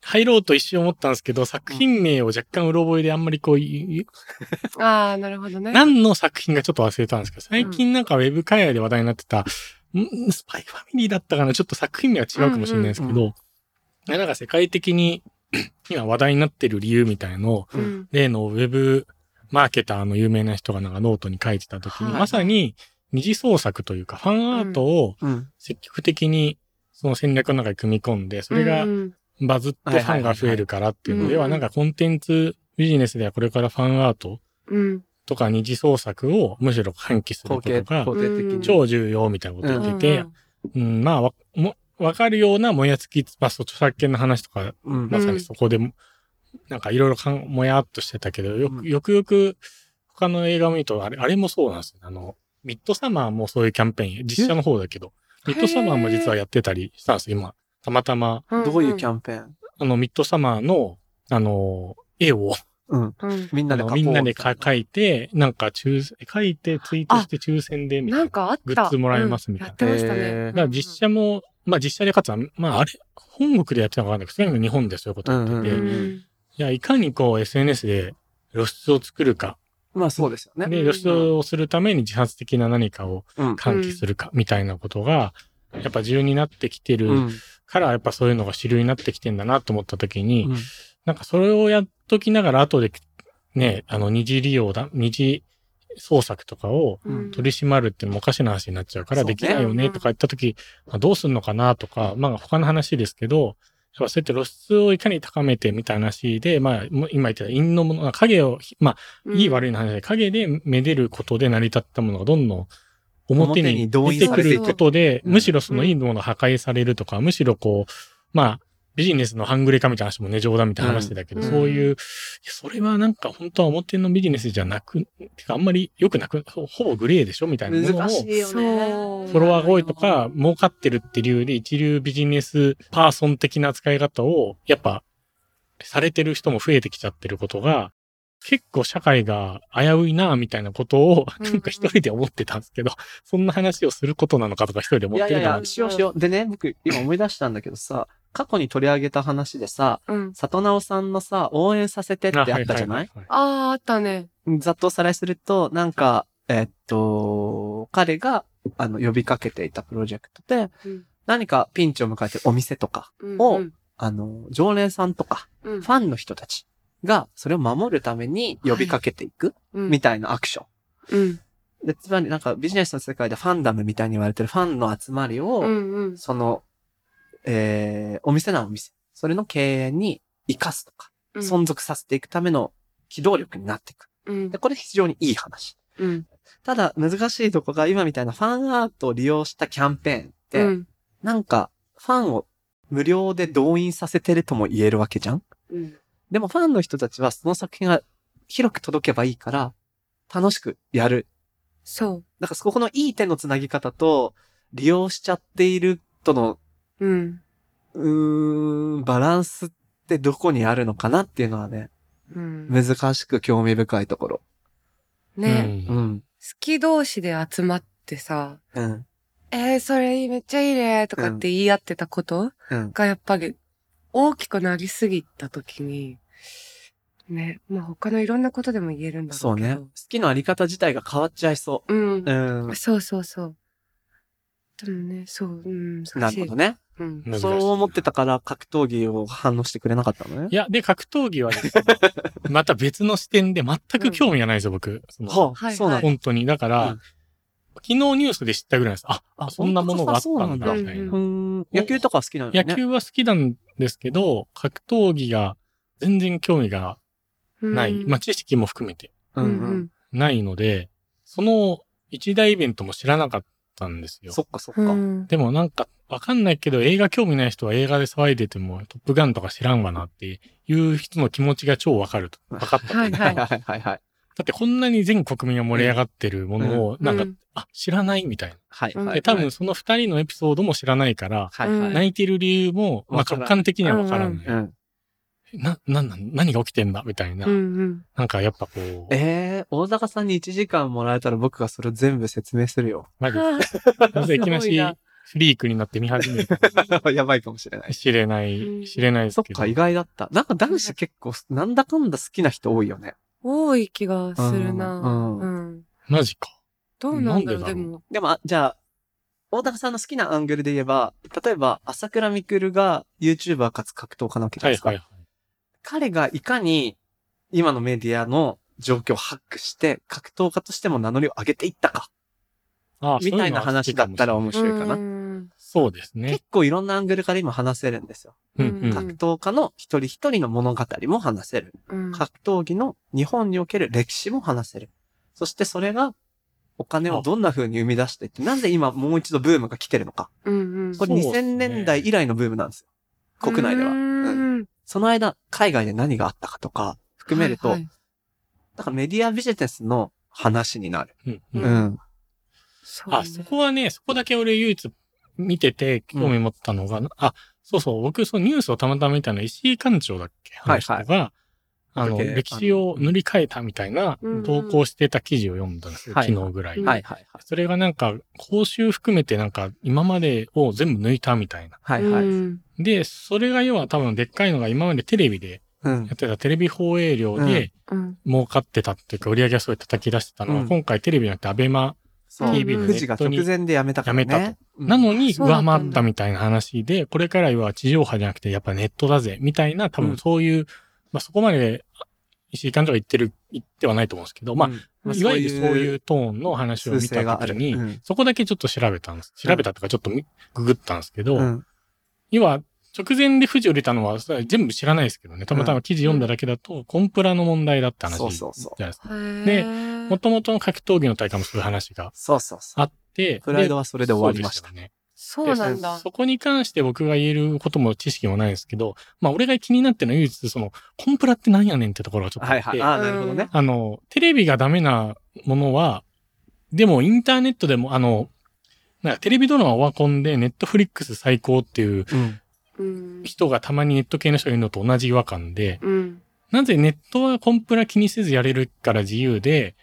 [SPEAKER 3] 入ろうと一瞬思ったんですけど、作品名を若干うろ覚えであんまりこう、い
[SPEAKER 2] ああ、なるほどね。
[SPEAKER 3] 何の作品かちょっと忘れたんですけど、最近なんかウェブ界隈で話題になってた、んスパイファミリーだったかなちょっと作品名は違うかもしれないですけ
[SPEAKER 1] うんうん
[SPEAKER 3] ど、なんか世界的に *clears throat* 今話題になってる理由みたいのを、
[SPEAKER 2] うん。
[SPEAKER 3] 例のウェブマーケターの有名な人がなんかノートに書いてた時に、
[SPEAKER 1] はい
[SPEAKER 3] まさに二次創作というか、ファンアートを
[SPEAKER 1] うん。
[SPEAKER 3] 積極的にその戦略の中に組み込んで、それが
[SPEAKER 2] うん
[SPEAKER 3] バズってファンが増えるからっていうの
[SPEAKER 2] はい
[SPEAKER 3] で
[SPEAKER 2] はいは
[SPEAKER 3] は、
[SPEAKER 2] い
[SPEAKER 3] なんかコンテンツビジネスではこれからファンアート
[SPEAKER 2] うん。
[SPEAKER 3] とか二次創作をむしろ喚起するこ
[SPEAKER 1] 統
[SPEAKER 3] と
[SPEAKER 1] 計、
[SPEAKER 3] が
[SPEAKER 1] 統計的に。
[SPEAKER 2] うん
[SPEAKER 3] 超重要みたいなこと言ってて、
[SPEAKER 2] う
[SPEAKER 3] うん、まあわ、もわかるようなもやつき、まあ、そう著作権の話とか、
[SPEAKER 1] うん
[SPEAKER 3] まさにそこでも、なんかいろいろかんもやっとしてたけど、よ
[SPEAKER 1] うん
[SPEAKER 3] く、よくよく他の映画を見ると、あれ、あれもそうなんですよ。あの、ミッドサマーもそういうキャンペーン、実写の方だけど、ミッドサマーも実はやってたりしたんですよ、今。たまたま、
[SPEAKER 2] んん
[SPEAKER 1] どういうキャンペーン
[SPEAKER 3] あの、ミッドサマーの、あの、絵を、
[SPEAKER 1] うん。
[SPEAKER 2] うん
[SPEAKER 1] みん
[SPEAKER 3] あ
[SPEAKER 1] なで書
[SPEAKER 3] の
[SPEAKER 1] こう
[SPEAKER 3] みんなでか書いて、なんか抽選、書いて、ツイートして抽選で、みたい
[SPEAKER 2] な
[SPEAKER 3] な。
[SPEAKER 2] んかあった。
[SPEAKER 3] グッズもらえますみたいな
[SPEAKER 2] うんやってました
[SPEAKER 1] へー
[SPEAKER 2] ね。
[SPEAKER 3] だから実写も、まあ実写でかつは、まああれ、本国でやってたのかわかんないけど、とにかく日本でそういうことやってて、
[SPEAKER 1] うん
[SPEAKER 2] う
[SPEAKER 1] うんん
[SPEAKER 3] いや、いかにこう SNS で露出を作るか、
[SPEAKER 1] まあそうですよね。
[SPEAKER 3] で、露出をするために自発的な何かを
[SPEAKER 1] うん。
[SPEAKER 3] 喚起するか、みたいなことが、やっぱ重要になってきて
[SPEAKER 1] う
[SPEAKER 3] る
[SPEAKER 1] ん。
[SPEAKER 3] から、やっぱそういうのが主流になってきてんだなと思った時に、
[SPEAKER 1] うん
[SPEAKER 3] なんかそれをやっときながら、後で、ね、あの、二次利用だ、二次創作とかを
[SPEAKER 2] うん
[SPEAKER 3] 取り締まるっていうのもおかしな話になっちゃうから
[SPEAKER 1] そうね
[SPEAKER 3] できないよねとか言った時、まあどうすんのかなとか、まあ他の話ですけど、やっぱそうやって露出をいかに高めてみたいな話で、まあもう今言ってた陰のものが影を、まあいい悪いの話で影でめでることで成り立ったものがどんどん表
[SPEAKER 1] 表
[SPEAKER 3] に
[SPEAKER 1] に動
[SPEAKER 3] 出
[SPEAKER 1] 員
[SPEAKER 3] て
[SPEAKER 1] さ
[SPEAKER 3] く
[SPEAKER 1] れてい
[SPEAKER 3] る
[SPEAKER 1] く
[SPEAKER 3] ことで、
[SPEAKER 1] うん
[SPEAKER 3] むしろそのいいものが破壊されるとか、むしろこう、まあビジネスの半グレ化みたいな話もね、冗談みたいな話だけど、
[SPEAKER 2] うん
[SPEAKER 3] そういう、いやそれはなんか本当は表のビジネスじゃなく、てかあんまり良くなく、ほほぼグレーでしょみたいなものを、
[SPEAKER 1] 難し
[SPEAKER 3] フ
[SPEAKER 1] いよ
[SPEAKER 2] そう
[SPEAKER 1] ね。
[SPEAKER 3] ォロワーが多いとか、儲かってるって理由で一流ビジネスパーソン的な扱い方を、やっぱ、されてる人も増えてきちゃってることが、結構社会が危ういなみたいなことを、
[SPEAKER 2] うん
[SPEAKER 3] なんか一人で思ってたんですけど、そんな話をすることなのかとか一人で
[SPEAKER 1] い
[SPEAKER 3] 思っ
[SPEAKER 1] やい
[SPEAKER 3] て
[SPEAKER 1] や
[SPEAKER 3] る
[SPEAKER 1] い
[SPEAKER 3] の
[SPEAKER 1] や
[SPEAKER 3] も、
[SPEAKER 1] しようしよう。でね、僕今思い出したんだけどさ、過去に取り上げた話でさ、
[SPEAKER 2] うん。
[SPEAKER 1] 里直さんのさ、応援させてってあったじゃない
[SPEAKER 3] ははは
[SPEAKER 2] ああ、あったね。
[SPEAKER 1] ざっとおさらいすると、なんか、えっと、彼が、あの、呼びかけていたプロジェクトで、
[SPEAKER 2] うん
[SPEAKER 1] 何かピンチを迎えてるお店とか、
[SPEAKER 2] うん
[SPEAKER 1] お
[SPEAKER 2] うん
[SPEAKER 1] あの、常連さんとか、
[SPEAKER 2] うん
[SPEAKER 1] ファンの人たちが、それを守るために呼びかけていく、
[SPEAKER 2] うん
[SPEAKER 1] みたいなアクション。
[SPEAKER 2] うん。
[SPEAKER 1] で、つまりなんかビジネスの世界でファンダムみたいに言われてるファンの集まりを、
[SPEAKER 2] うんうん。
[SPEAKER 1] その、えー、お店なお店、それの経営に活かすとか、
[SPEAKER 2] うん
[SPEAKER 1] 存続させていくための機動力になっていく。
[SPEAKER 2] うん
[SPEAKER 1] で、これ非常にいい話。
[SPEAKER 2] うん。
[SPEAKER 1] ただ、難しいとこが今みたいなファンアートを利用したキャンペーンって、
[SPEAKER 2] うん
[SPEAKER 1] なんか、ファンを無料で動員させてるとも言えるわけじゃん
[SPEAKER 2] うん
[SPEAKER 1] でもファンの人たちはその作品が広く届けばいいから、楽しくやる。
[SPEAKER 2] そ
[SPEAKER 1] だからそこのいい手のつなぎ方と、利用しちゃっているとの、
[SPEAKER 2] う。うん。
[SPEAKER 1] うーん、バランスってどこにあるのかなっていうのはね、
[SPEAKER 2] うん。ね、
[SPEAKER 1] 難しく興味深いところ。
[SPEAKER 3] うん
[SPEAKER 1] ん。
[SPEAKER 2] 好き同士で集まってさ、
[SPEAKER 1] うん。
[SPEAKER 2] えー、それめっちゃいいねとかって言い合ってたこと
[SPEAKER 1] うん。
[SPEAKER 2] がやっぱり大きくなりすぎたときに、ね、まあ他のいろんなことでも言えるんだろ
[SPEAKER 1] そうう
[SPEAKER 2] けど。
[SPEAKER 1] ね。好きのあり方自体が変わっちゃいそうう。うん
[SPEAKER 2] ん。。そうそうそう。でもね、そう、うん、
[SPEAKER 1] な
[SPEAKER 2] 難
[SPEAKER 1] る
[SPEAKER 2] し
[SPEAKER 1] ほ
[SPEAKER 2] い
[SPEAKER 1] ど。ね。
[SPEAKER 2] うん。
[SPEAKER 3] 難しい
[SPEAKER 1] そう思ってたから格闘技を反応してくれなかったのね
[SPEAKER 3] い。や、で、格闘技はで
[SPEAKER 1] *laughs*
[SPEAKER 3] すねまた別の視点で全く興味がないんですよ、僕。その
[SPEAKER 1] は
[SPEAKER 2] はいはい
[SPEAKER 1] そうなの。
[SPEAKER 3] 本当に。だから、
[SPEAKER 1] うん
[SPEAKER 3] 昨日ニュースで知ったぐらいです。あ、
[SPEAKER 1] あ
[SPEAKER 3] そんなものがあったんだ、
[SPEAKER 1] 本
[SPEAKER 3] みたい
[SPEAKER 2] うん
[SPEAKER 1] う。
[SPEAKER 3] な
[SPEAKER 1] ん。野球とか好きなのね。
[SPEAKER 3] 野球は好きなんですけど、格闘技が全然興味がない。
[SPEAKER 2] うん
[SPEAKER 3] まあ、知識も含めて
[SPEAKER 1] う
[SPEAKER 2] うんんう
[SPEAKER 1] うん。
[SPEAKER 2] ん。
[SPEAKER 3] ないので、その一大イベントも知らなかったんですよ。
[SPEAKER 1] そっかそっ
[SPEAKER 2] う
[SPEAKER 1] か。
[SPEAKER 2] ん。
[SPEAKER 3] でもなんか、わかんないけど、映画興味ない人は映画で騒いでても、トップガンとか知らんわなっていう人の気持ちが超わかると。わかったと。
[SPEAKER 2] はいは
[SPEAKER 1] はい
[SPEAKER 2] い。
[SPEAKER 1] はいはいはい。
[SPEAKER 3] だってこんなに全国民が盛り上がってるものを、なんか、
[SPEAKER 2] うん
[SPEAKER 3] あ、知らないみたいな。
[SPEAKER 1] はい
[SPEAKER 2] うん
[SPEAKER 1] はい。
[SPEAKER 3] で、多分その二人のエピソードも知らないから、
[SPEAKER 1] はいうは
[SPEAKER 2] ん
[SPEAKER 1] い。
[SPEAKER 3] 泣いてる理由も、まあ
[SPEAKER 1] わからん
[SPEAKER 3] 直感的にはわからない。
[SPEAKER 1] うん。
[SPEAKER 3] な、なんなん、何が起きてんだみたいな。
[SPEAKER 2] うんうん。
[SPEAKER 3] なんかやっぱこう、
[SPEAKER 1] ええ大高さんに1時間もらえたら僕がそれを全部説明するよ。
[SPEAKER 3] マジ、
[SPEAKER 2] あ
[SPEAKER 3] なぜいきな
[SPEAKER 1] すごい
[SPEAKER 3] し
[SPEAKER 1] な
[SPEAKER 3] フリークになって見始めるか
[SPEAKER 1] *laughs* やばいかもしれな
[SPEAKER 3] も。知れな
[SPEAKER 2] うん
[SPEAKER 3] い、知れないです
[SPEAKER 1] そっ
[SPEAKER 3] けど。
[SPEAKER 1] か、意外だった。なんか男子結構、なんだかんだ好きな人多いよね。
[SPEAKER 2] 多い気がするな。
[SPEAKER 1] うんう
[SPEAKER 2] うん。
[SPEAKER 3] マジか。
[SPEAKER 2] どうなんだろう、で
[SPEAKER 3] なんでだろう
[SPEAKER 2] も。
[SPEAKER 1] でも、あじゃあ、大高さんの好きなアングルで言えば、例えば、朝倉未来が YouTuber かつ格闘家なわけじゃ
[SPEAKER 3] は
[SPEAKER 1] ない
[SPEAKER 3] い
[SPEAKER 1] ですか。
[SPEAKER 3] はいはい。
[SPEAKER 1] 彼がいかに今のメディアの状況をハックして、格闘家としても名乗りを上げていったか、
[SPEAKER 3] あ
[SPEAKER 1] みたいな話だったら
[SPEAKER 3] そういうのは好きかもしれ
[SPEAKER 1] 面白いかな。
[SPEAKER 3] ない
[SPEAKER 2] うん
[SPEAKER 3] そうですね
[SPEAKER 1] 結。構いろんなアングルから今話せるんですよ。
[SPEAKER 3] うん
[SPEAKER 2] う
[SPEAKER 3] うんん。
[SPEAKER 2] か
[SPEAKER 1] 格闘家の一人一人の物語も話せる。
[SPEAKER 2] うん
[SPEAKER 1] 格闘技の日本における歴史も話せる。そしてそれがお金をどんな風に生み出していって、なぜ今もう一度ブームが来てるのか。
[SPEAKER 2] うんうん。
[SPEAKER 1] これ
[SPEAKER 3] そうです
[SPEAKER 1] 2000
[SPEAKER 3] ね
[SPEAKER 1] 年代以来のブームなんですよ。国内では。
[SPEAKER 2] う
[SPEAKER 1] うん
[SPEAKER 2] ん。
[SPEAKER 1] その間、海外で何があったかとか、含めると、
[SPEAKER 2] はいはい
[SPEAKER 1] だからメディアビジネスの話になる。
[SPEAKER 3] うん
[SPEAKER 2] う
[SPEAKER 3] うんん
[SPEAKER 1] う。ん。
[SPEAKER 2] そうね
[SPEAKER 3] あ、そこはね、そこだけ俺唯一見てて興味持ったのが、あ、そうそう、僕、そのニュースをたまたま見たの、石井館長だっけ
[SPEAKER 1] はいはい
[SPEAKER 3] 話とかが、あの、
[SPEAKER 1] だっけ
[SPEAKER 3] 歴史を塗り替えたみたいな
[SPEAKER 2] うんうん
[SPEAKER 3] 投稿してた記事を読んだんですよ、
[SPEAKER 1] はい
[SPEAKER 3] 昨日ぐらい。
[SPEAKER 2] うん
[SPEAKER 1] はいはい
[SPEAKER 3] それがなんか、講習含めてなんか、今までを全部抜いたみたいな。
[SPEAKER 1] はい。はいはい。
[SPEAKER 2] う
[SPEAKER 1] うん
[SPEAKER 2] ん
[SPEAKER 3] で、それが要は多分でっかいのが今までテレビでやってたテレビ放映料で
[SPEAKER 2] うん。
[SPEAKER 3] 儲かってたっていうか、売り上げがすごい叩き出してたのが、
[SPEAKER 1] うん
[SPEAKER 3] 今回テレビじゃなくてアベマ
[SPEAKER 1] そう。
[SPEAKER 2] TV のネットに
[SPEAKER 1] 富士が直前でやめたからね。
[SPEAKER 3] やめた
[SPEAKER 1] うん
[SPEAKER 3] なのに
[SPEAKER 2] そうだった
[SPEAKER 3] 上
[SPEAKER 2] んだ
[SPEAKER 3] 回ったみたいな話で、これからは地上波じゃなくてやっぱネットだぜ、みたいな、多
[SPEAKER 1] うん
[SPEAKER 3] 分そういう、まあそこまで石井監督が言ってる、言ってはないと思うんですけど、まあ、
[SPEAKER 1] うん
[SPEAKER 3] いわゆるそういうトーンの話を見
[SPEAKER 1] 数勢
[SPEAKER 3] た
[SPEAKER 1] があ
[SPEAKER 3] 時
[SPEAKER 1] る。
[SPEAKER 3] に、
[SPEAKER 1] うん
[SPEAKER 3] そこだけちょっと調べたんです。調べたとかちょっとみググったんですけど、
[SPEAKER 1] うん
[SPEAKER 3] 要は直前で富士を入れたのはそれは全部知らないですけどね、たまたま記事読んだだけだと、コンプラの問題だって話じゃ
[SPEAKER 1] そう
[SPEAKER 3] ないです
[SPEAKER 1] そ
[SPEAKER 3] か
[SPEAKER 1] うそう。
[SPEAKER 2] へー
[SPEAKER 3] もともとの格闘技の大会もそういう話が
[SPEAKER 1] そうそうそう。
[SPEAKER 3] あって、
[SPEAKER 1] プライド
[SPEAKER 3] は
[SPEAKER 1] はそれで終わりました。
[SPEAKER 3] ね。
[SPEAKER 2] そうなんだ
[SPEAKER 3] で。そこに関して僕が言えることも知識もないんですけど、まあ俺が気になってるのは唯一、その、コンプラってなんやねんってところがちょっとあ
[SPEAKER 1] は
[SPEAKER 3] っ
[SPEAKER 1] い
[SPEAKER 3] て、
[SPEAKER 1] はい。
[SPEAKER 3] あ
[SPEAKER 1] ああ、なるほどね。
[SPEAKER 3] の、テレビがダメなものは、でもインターネットでも、あの、なんかテレビドラマオワコンでネットフリックス最高っていう
[SPEAKER 1] うん。
[SPEAKER 2] うん。
[SPEAKER 3] 人がたまにネット系の人がいるのと同じ違和感で、
[SPEAKER 2] うん。
[SPEAKER 3] なぜネットはコンプラ気にせずやれるから自由で、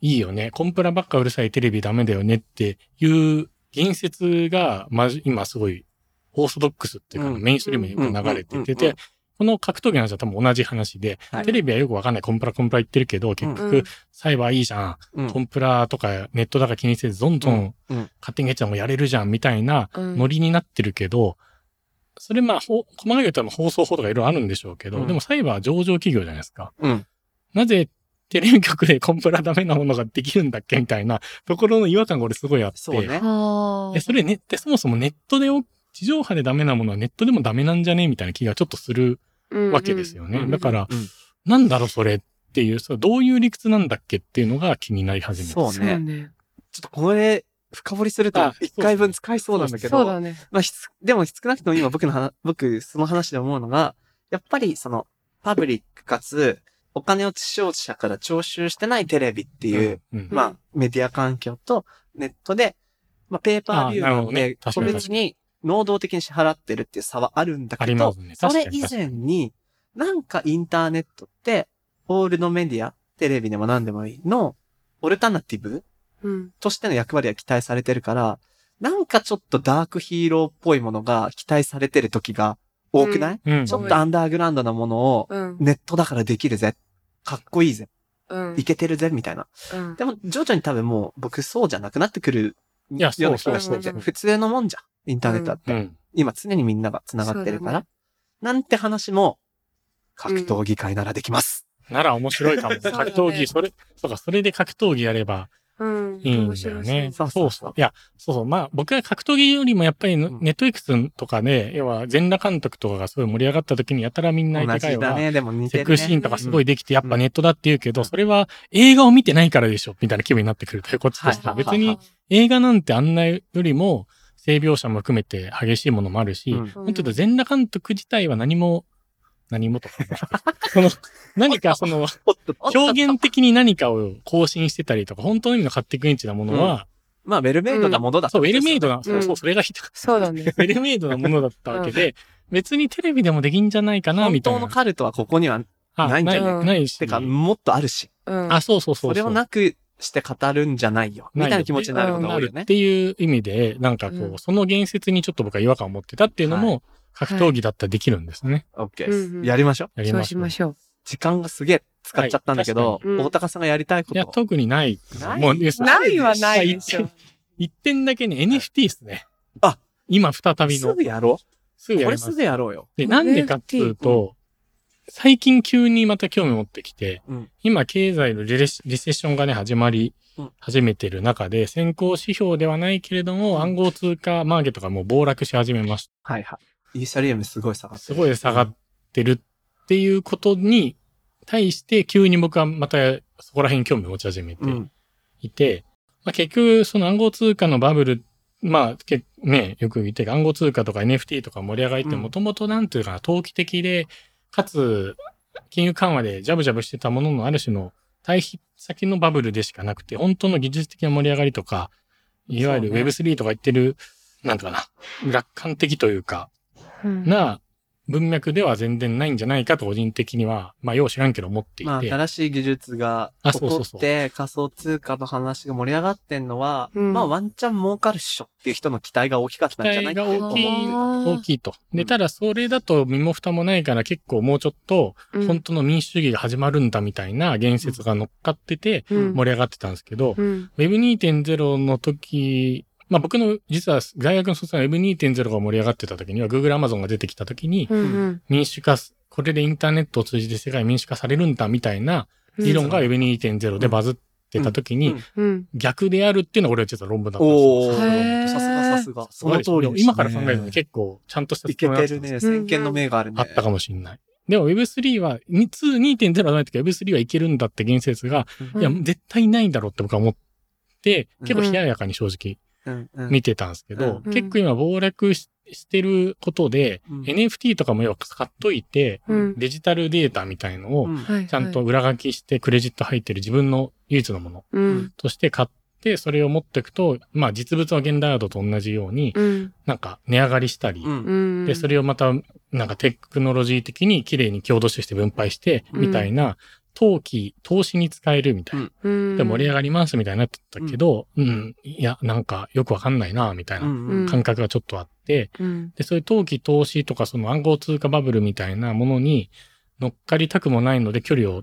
[SPEAKER 3] いいよね。コンプラばっかうるさいテレビダメだよねっていう言説が、まじ、今すごいオーソドックスっていうか、
[SPEAKER 1] うん
[SPEAKER 3] メインストリームによく流れていて
[SPEAKER 1] うんうんうんうん
[SPEAKER 3] て、この格闘技の話は多分同じ話で、
[SPEAKER 1] はい
[SPEAKER 3] テレビはよくわかんないコンプラコンプラ言ってるけど、結
[SPEAKER 2] うん
[SPEAKER 3] 局、サイバーいいじゃん、
[SPEAKER 1] うん
[SPEAKER 3] コンプラとかネットだから気にせず、どんどん
[SPEAKER 1] うんうん
[SPEAKER 3] 勝手にやっちゃうのもやれるじゃん、みたいな
[SPEAKER 2] うん
[SPEAKER 3] ノリになってるけど、それまあ、ほ細かく言ったら放送法とかいろいろあるんでしょうけど、
[SPEAKER 1] うん
[SPEAKER 3] でもサイバーは上場企業じゃないですか。
[SPEAKER 1] うん
[SPEAKER 3] なぜテレビ局でコンプラダメなものができるんだっけみたいなところの違和感が俺すごいあって。
[SPEAKER 1] そうね。
[SPEAKER 2] は
[SPEAKER 3] え、それね、ってそもそもネットでよ、地上波でダメなものはネットでもダメなんじゃねみたいな気がちょっとするわけですよ
[SPEAKER 1] う
[SPEAKER 3] ね。
[SPEAKER 1] んうん
[SPEAKER 3] だから、
[SPEAKER 1] うん
[SPEAKER 3] なんだろうそれっていう、そうどういう理屈なんだっけっていうのが気になり始めた。
[SPEAKER 1] そうね。ちょっとこれ、深掘りすると
[SPEAKER 3] あ
[SPEAKER 1] 一回分使いそうなんだけ
[SPEAKER 2] そう
[SPEAKER 1] ど、
[SPEAKER 2] だね。
[SPEAKER 1] まあ、ひつでも少なくとも今僕の話、僕その話で思うのが、やっぱりそのパブリックかつお金を視聴者から徴収してないテレビっていう、
[SPEAKER 3] うん。うん
[SPEAKER 1] ま
[SPEAKER 2] う
[SPEAKER 1] あ
[SPEAKER 2] ん、
[SPEAKER 1] メディア環境とネットで、まあ、ペーパービューな
[SPEAKER 3] あーなるほ
[SPEAKER 1] の
[SPEAKER 3] どね
[SPEAKER 1] で、
[SPEAKER 3] 確
[SPEAKER 1] 個
[SPEAKER 3] かに
[SPEAKER 1] 別に能動的に支払ってるっていう差はあるんだ
[SPEAKER 3] あ
[SPEAKER 1] け
[SPEAKER 3] りま
[SPEAKER 1] ど
[SPEAKER 3] す、ね。
[SPEAKER 1] そ
[SPEAKER 3] 確
[SPEAKER 1] れ
[SPEAKER 3] かに
[SPEAKER 1] 以
[SPEAKER 3] 確かに
[SPEAKER 1] 前に、なんかインターネットって、オールドメディア、テレビでも何でもいいの、オルタナティブ
[SPEAKER 2] うん。
[SPEAKER 1] としての役割が期待されてるから、なんかちょっとダークヒーローっぽいものが期待されてる時が多くない、
[SPEAKER 3] うん。
[SPEAKER 1] ちょっとアンダーグラウンドなものを
[SPEAKER 2] うん。
[SPEAKER 1] ネットだからできるぜ。かっこいいぜ。
[SPEAKER 2] うん
[SPEAKER 1] い。けてるぜ、みたいな。
[SPEAKER 2] うん
[SPEAKER 1] でも、徐々に多分もう、僕、そうじゃなくなってくる
[SPEAKER 3] いや
[SPEAKER 1] ような気がして
[SPEAKER 2] そうそう
[SPEAKER 1] て、
[SPEAKER 2] そう
[SPEAKER 1] 普通のもんじゃん。インターネットだって。
[SPEAKER 3] うん。
[SPEAKER 1] 今、常にみんなが繋がってるから。なんて話も、格闘技界ならできます。
[SPEAKER 3] なら面白いかも。
[SPEAKER 2] だね
[SPEAKER 3] 格闘技、それ、そうか、それで格闘技やれば
[SPEAKER 2] うん。
[SPEAKER 3] いいんだよね。
[SPEAKER 1] そうそうそう
[SPEAKER 3] いや、そうそう。まあ、僕は格闘技よりもやっぱりの
[SPEAKER 1] うん
[SPEAKER 3] ネットエクスとかで、要は全裸監督とかがすごい盛り上がった時にやたらみんな
[SPEAKER 1] 同
[SPEAKER 3] 世
[SPEAKER 1] じ
[SPEAKER 3] 界
[SPEAKER 1] だ
[SPEAKER 3] は、
[SPEAKER 1] ね。でも似て
[SPEAKER 3] セ
[SPEAKER 1] る
[SPEAKER 3] クシ
[SPEAKER 1] ね。
[SPEAKER 3] ーンとかすごいできて、やっ
[SPEAKER 1] う
[SPEAKER 3] ぱ
[SPEAKER 1] ん
[SPEAKER 3] ネットだって言うけ
[SPEAKER 1] う
[SPEAKER 3] ど、
[SPEAKER 1] ん
[SPEAKER 3] それは映画を見てないからでしょ、みたいな気分になってくるというこっちとしては。
[SPEAKER 1] はいはい
[SPEAKER 3] 別
[SPEAKER 1] はいは
[SPEAKER 3] に
[SPEAKER 1] い
[SPEAKER 3] 映画なんてあんなよりも、性描写も含めて激しいものもあるし、
[SPEAKER 1] うん
[SPEAKER 3] 本当だ、全裸監督自体は何も、何
[SPEAKER 1] *laughs*
[SPEAKER 3] もとか。その、何かその、
[SPEAKER 1] おっと
[SPEAKER 3] 表現的に何かを更新してたりとか、本当の意味の勝手クインチなものは、
[SPEAKER 1] まあ、ウェルメイドなものだ
[SPEAKER 3] そう、ウェルメイドな、
[SPEAKER 1] ん
[SPEAKER 3] そうそう、それがひどい
[SPEAKER 2] そうだね。
[SPEAKER 3] ウェルメイドなものだったわけで、別にテレビでもできんじゃないかな、
[SPEAKER 1] 本
[SPEAKER 3] みたい
[SPEAKER 1] 当の
[SPEAKER 3] な。
[SPEAKER 1] カルトはここには、
[SPEAKER 3] あ
[SPEAKER 1] ないんじゃ
[SPEAKER 2] ない
[SPEAKER 3] ないないし。
[SPEAKER 1] てか、もっとあるし、
[SPEAKER 2] うん。
[SPEAKER 3] あ、そうそうそうう。
[SPEAKER 1] それをなくして語るんじゃないよ。みたいな気持ちになることが多いよ
[SPEAKER 3] なるっ
[SPEAKER 1] ね。
[SPEAKER 3] ていう意味で、なんかこう、
[SPEAKER 2] うん
[SPEAKER 3] その言説にちょっと僕は違和感を持ってたっていうの
[SPEAKER 1] は
[SPEAKER 3] も、格闘技だったらできるんですね。
[SPEAKER 1] オッケ
[SPEAKER 2] うん
[SPEAKER 1] ー。
[SPEAKER 2] うん
[SPEAKER 1] やりましょう。
[SPEAKER 3] やり
[SPEAKER 2] そう
[SPEAKER 3] ま
[SPEAKER 2] し
[SPEAKER 3] し
[SPEAKER 2] ま
[SPEAKER 3] ょ
[SPEAKER 2] しょう。
[SPEAKER 1] 時間がすげえ使っちゃったんだけ
[SPEAKER 3] は
[SPEAKER 1] ど
[SPEAKER 2] 確
[SPEAKER 3] い、
[SPEAKER 2] かにうん
[SPEAKER 1] 大高さんがやりたいこ
[SPEAKER 3] う。いや、
[SPEAKER 1] と。
[SPEAKER 3] 特にない。
[SPEAKER 1] ない
[SPEAKER 3] もう、ね
[SPEAKER 2] ないはないでしょ。
[SPEAKER 3] 一点だけね、NFT ですね。
[SPEAKER 1] あ
[SPEAKER 3] 今再び
[SPEAKER 1] す
[SPEAKER 3] の。
[SPEAKER 1] ぐやろ
[SPEAKER 3] す
[SPEAKER 1] う。
[SPEAKER 3] ぐや
[SPEAKER 1] こ
[SPEAKER 3] り
[SPEAKER 1] れ
[SPEAKER 3] ます
[SPEAKER 1] す。ぐやろうよ。
[SPEAKER 3] で、なんでかっていうと、最近急にまた興味持ってきて、
[SPEAKER 1] うん
[SPEAKER 3] 今経済のリレシリセッションがね、始まり
[SPEAKER 1] うん、
[SPEAKER 3] 始めてる中で、先行指標ではないけれども、暗号通貨マーケットがもう暴落し始めまし
[SPEAKER 1] はいはい。イーサリアムすごい下が
[SPEAKER 3] た。
[SPEAKER 1] って
[SPEAKER 3] す
[SPEAKER 1] る。
[SPEAKER 3] ごい下がってるっていうことに対して、急に僕はまたそこら辺に興味を持ち始めて
[SPEAKER 1] うん。
[SPEAKER 3] いて、まあ、結局、その暗号通貨のバブル、まあ、けね、よく言ってる暗号通貨とか NFT とか盛り上がりって、
[SPEAKER 1] うん
[SPEAKER 3] もともとなんていうかな、投機的で、かつ、金融緩和でジャブジャブしてたもののある種の対比先のバブルでしかなくて、本当の技術的な盛り上がりとか、いわゆる
[SPEAKER 1] そうね
[SPEAKER 3] Web3 とか言ってる、なんていうかな、楽観的というか、
[SPEAKER 2] うん
[SPEAKER 3] な文脈では全然ないんじゃないかと個人的には、まあ、よう知らんけど思っていて。
[SPEAKER 1] まあ、新しい技術が
[SPEAKER 3] あ
[SPEAKER 1] 起
[SPEAKER 3] そうそ
[SPEAKER 1] こ
[SPEAKER 3] う
[SPEAKER 1] っ
[SPEAKER 3] そう
[SPEAKER 1] て、仮想通貨の話が盛り上がってんのは、
[SPEAKER 2] うん
[SPEAKER 1] まあ、ワンチャン儲かるっしょっていう人の期待が大きかっ
[SPEAKER 3] 期
[SPEAKER 1] たんじゃな
[SPEAKER 3] 待
[SPEAKER 1] いか
[SPEAKER 3] が大きい、
[SPEAKER 2] あー
[SPEAKER 3] 大きいと。
[SPEAKER 1] う
[SPEAKER 3] で、
[SPEAKER 1] ん
[SPEAKER 3] ただそれだと身も蓋もないから結構もうちょっと
[SPEAKER 2] うん
[SPEAKER 3] 本当の民主主義が始まるんだみたいな言説が乗っかってて
[SPEAKER 2] うん
[SPEAKER 3] 盛り上がってたんですけど、
[SPEAKER 2] うん。
[SPEAKER 3] Web2.0 の時、まあ僕の実は大学の卒業の Web2.0 が盛り上がってた時には Google、Amazon が出てきた時に
[SPEAKER 2] うんうん
[SPEAKER 3] 民主化す、これでインターネットを通じて世界民主化されるんだみたいな理論が Web2.0 でバズってた時
[SPEAKER 1] う
[SPEAKER 3] に
[SPEAKER 1] ん
[SPEAKER 2] うん。
[SPEAKER 3] 逆であるっていうのが俺は実は論文だったんですよ
[SPEAKER 1] おー、
[SPEAKER 2] へー
[SPEAKER 1] さすがさすが。その通りですね
[SPEAKER 3] 今から考えると結構ちゃんとした
[SPEAKER 1] いけてる
[SPEAKER 3] ね
[SPEAKER 1] ね。先見の明があるね。
[SPEAKER 3] あったかもしんない。でも Web3 は、に2、2.0はないときは Web3 はいけるんだって言説が、
[SPEAKER 1] うん
[SPEAKER 3] いや、絶対ないんだろうって僕は思って、
[SPEAKER 1] うん
[SPEAKER 3] 結構冷ややかに正直
[SPEAKER 1] うんうん
[SPEAKER 3] 見てたんですけど、
[SPEAKER 2] うん
[SPEAKER 3] 結構今暴落ししてることで、
[SPEAKER 1] うん
[SPEAKER 3] NFT とかも要は買っといて、
[SPEAKER 2] うん。
[SPEAKER 3] デジタルデータみたいの
[SPEAKER 1] う
[SPEAKER 3] を、
[SPEAKER 1] ん
[SPEAKER 2] はい。
[SPEAKER 3] ちゃんと。裏書きしてクレジット入ってる自分の唯一のもの
[SPEAKER 2] うん。
[SPEAKER 3] として買って、それを持っていくと、まあ実物の現代アートと同じように、
[SPEAKER 2] うん。
[SPEAKER 3] なんか値上がりしたり
[SPEAKER 1] う、ん
[SPEAKER 2] うん。
[SPEAKER 3] で、それをまた、なんかテクノロジー的に綺麗に共同収して分配して、
[SPEAKER 2] うん
[SPEAKER 3] みたいな、投機、投資に使えるみたいな。
[SPEAKER 2] うん
[SPEAKER 3] で、盛り上がりますみたいになってたけど、うん、いや、なんかよくわかんないな、みたいな
[SPEAKER 2] うん
[SPEAKER 3] 感覚がちょっとあって、
[SPEAKER 2] うん
[SPEAKER 3] で、そういう投機投資とかその暗号通貨バブルみたいなものに乗っかりたくもないので距離を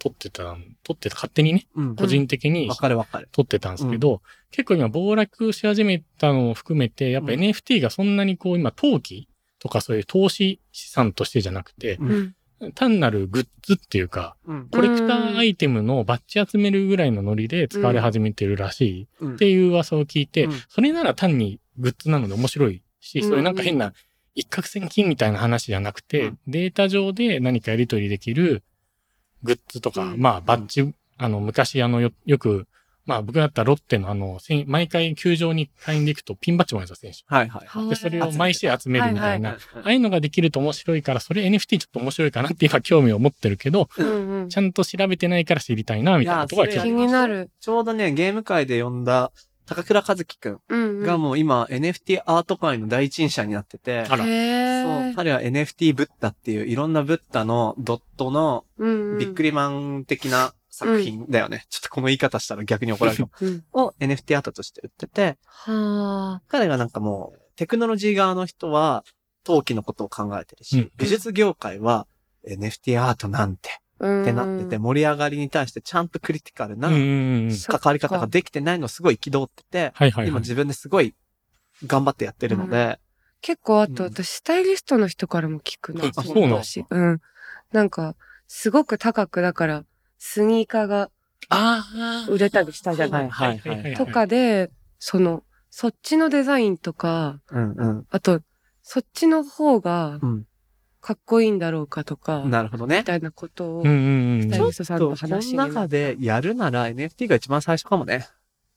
[SPEAKER 3] 取ってた、取ってた、勝手にね、
[SPEAKER 1] うん。
[SPEAKER 3] 個人的に
[SPEAKER 1] わかるわかる。
[SPEAKER 3] 取ってたんですけど、結構今暴落し始めたのを含めて、やっぱ
[SPEAKER 1] うん
[SPEAKER 3] NFT がそんなにこう今投機とかそういう投資資産としてじゃなくて、
[SPEAKER 1] う
[SPEAKER 2] うん
[SPEAKER 3] 単なるグッズっていうか、
[SPEAKER 1] うん。
[SPEAKER 3] コレクターアイテムのバッジ集めるぐらいのノリで使われ始めてるらしい
[SPEAKER 1] うん
[SPEAKER 3] っていう噂を聞いて、
[SPEAKER 1] うん
[SPEAKER 3] それなら単にグッズなので面白いし、
[SPEAKER 2] うん
[SPEAKER 3] そういうなんか変な一攫千金みたいな話じゃなく
[SPEAKER 1] う
[SPEAKER 3] て、
[SPEAKER 1] ん
[SPEAKER 3] データ上で何かやり取りできるグッズとか、
[SPEAKER 2] うん
[SPEAKER 3] まあバッジ、あの昔あのよよく、まあ僕だったらロッテのあの、せん毎回球場に買いに行くとピンバッジもらえた選手。
[SPEAKER 1] はいはい。
[SPEAKER 2] は
[SPEAKER 3] で、それを毎試合集めるみたいな。ああ
[SPEAKER 1] は
[SPEAKER 3] いうのができると面白いから、それ NFT ちょっと面白いかなって今興味を持ってるけど、
[SPEAKER 2] うんうん
[SPEAKER 3] ちゃんと調べてないから知りたいな、みたいなとこが気
[SPEAKER 1] いや
[SPEAKER 3] づ
[SPEAKER 1] そ
[SPEAKER 2] 気
[SPEAKER 1] れ
[SPEAKER 3] い
[SPEAKER 2] になる。
[SPEAKER 1] ちょうどね、ゲーム界で呼んだ高倉和樹くん
[SPEAKER 2] うんうん
[SPEAKER 1] がもう今 NFT アート界の第一人者になってて、
[SPEAKER 3] あら、
[SPEAKER 2] へ
[SPEAKER 1] そう
[SPEAKER 2] ー。
[SPEAKER 1] 彼は NFT ブッダっていういろんなブッダのドットの
[SPEAKER 2] うんうん
[SPEAKER 1] ビックリマン的な作品だよね。ちょっとこの言い方したら逆に怒られるかも
[SPEAKER 2] うん
[SPEAKER 3] *laughs*
[SPEAKER 1] を NFT アートとして売ってて、
[SPEAKER 2] はあ。
[SPEAKER 1] 彼がなんかもうテクノロジー側の人は陶器のことを考えてるし、
[SPEAKER 3] うん
[SPEAKER 1] 美術業界は NFT アートなんてってなってて、盛り上がりに対してちゃんとクリティカルな
[SPEAKER 3] うんうんうん。
[SPEAKER 2] そっ
[SPEAKER 1] 関
[SPEAKER 2] か
[SPEAKER 1] わり方ができてないのすごい憤ってて、
[SPEAKER 3] はいはい、
[SPEAKER 1] 今
[SPEAKER 3] はい。
[SPEAKER 1] 自分ですごい頑張ってやってるので、
[SPEAKER 2] 結構あと
[SPEAKER 1] うん
[SPEAKER 2] 私スタイリストの人からも聞くな、
[SPEAKER 3] あ
[SPEAKER 2] の
[SPEAKER 3] そうなん
[SPEAKER 2] 話うん。なんか、すごく高くだから、スニーカーが
[SPEAKER 3] あ
[SPEAKER 2] 売れたりしたじゃない。
[SPEAKER 1] はいはいはい
[SPEAKER 2] とかで、その、そっちのデザインとか、
[SPEAKER 1] うんうん
[SPEAKER 2] あと、そっちの方が
[SPEAKER 1] うん
[SPEAKER 2] かっこいいんだろうかとか、み
[SPEAKER 1] なるほどね。
[SPEAKER 2] たいなことを
[SPEAKER 3] うん、うんう
[SPEAKER 2] ス
[SPEAKER 3] ん
[SPEAKER 2] タイリストさん
[SPEAKER 1] そ
[SPEAKER 2] の
[SPEAKER 1] う、こ
[SPEAKER 2] 話
[SPEAKER 1] の
[SPEAKER 2] にな
[SPEAKER 1] 中でやるなら NFT が一番最初かもね。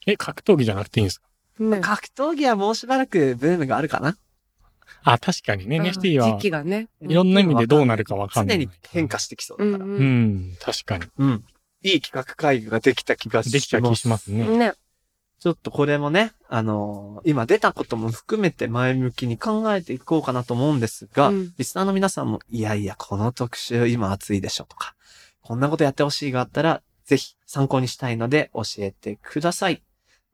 [SPEAKER 3] え、格闘技じゃなくていいんですか
[SPEAKER 2] ね
[SPEAKER 1] 格闘技はもうしばらくブームがあるかな。
[SPEAKER 3] あ、確かにね、NFT
[SPEAKER 2] 時
[SPEAKER 3] は、
[SPEAKER 2] 期がね。
[SPEAKER 3] いろんな意味でどうなるかわか
[SPEAKER 1] 常
[SPEAKER 3] んない。
[SPEAKER 1] に変化してきそう
[SPEAKER 2] う
[SPEAKER 1] だ
[SPEAKER 2] ん
[SPEAKER 1] から。
[SPEAKER 3] う
[SPEAKER 2] うん
[SPEAKER 3] ん、確かに。
[SPEAKER 1] うん。いい企画会議ができた気がします。
[SPEAKER 3] できた気しますね。
[SPEAKER 2] ね。
[SPEAKER 1] ちょっとこれもね、あのー今出たことも含めて前向きに考えていこうかなと思うんですが、 *laughs*
[SPEAKER 2] うん
[SPEAKER 1] リスナーの皆さんも、いやいや、この特集今熱いでしょとか、こんなことやってほしいがあったら、ぜひ参考にしたいので教えてください。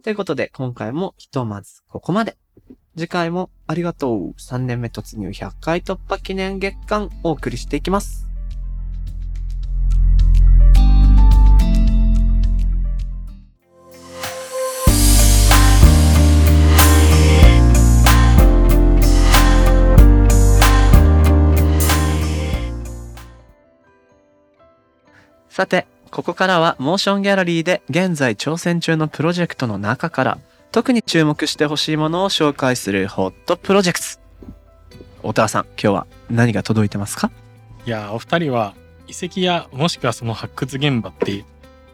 [SPEAKER 1] ということで、今回もひとまずここまで。次回もありがとう。3年目突入100回突破記念月間お送りしていきます。さて、ここからはモーションギャラリーで現在挑戦中のプロジェクトの中から特に注目してほしいものを紹介するホットプロジェクト。小田さん、今日は何が届いてますか
[SPEAKER 3] いやー、お二人は、遺跡や、もしくはその発掘現場って、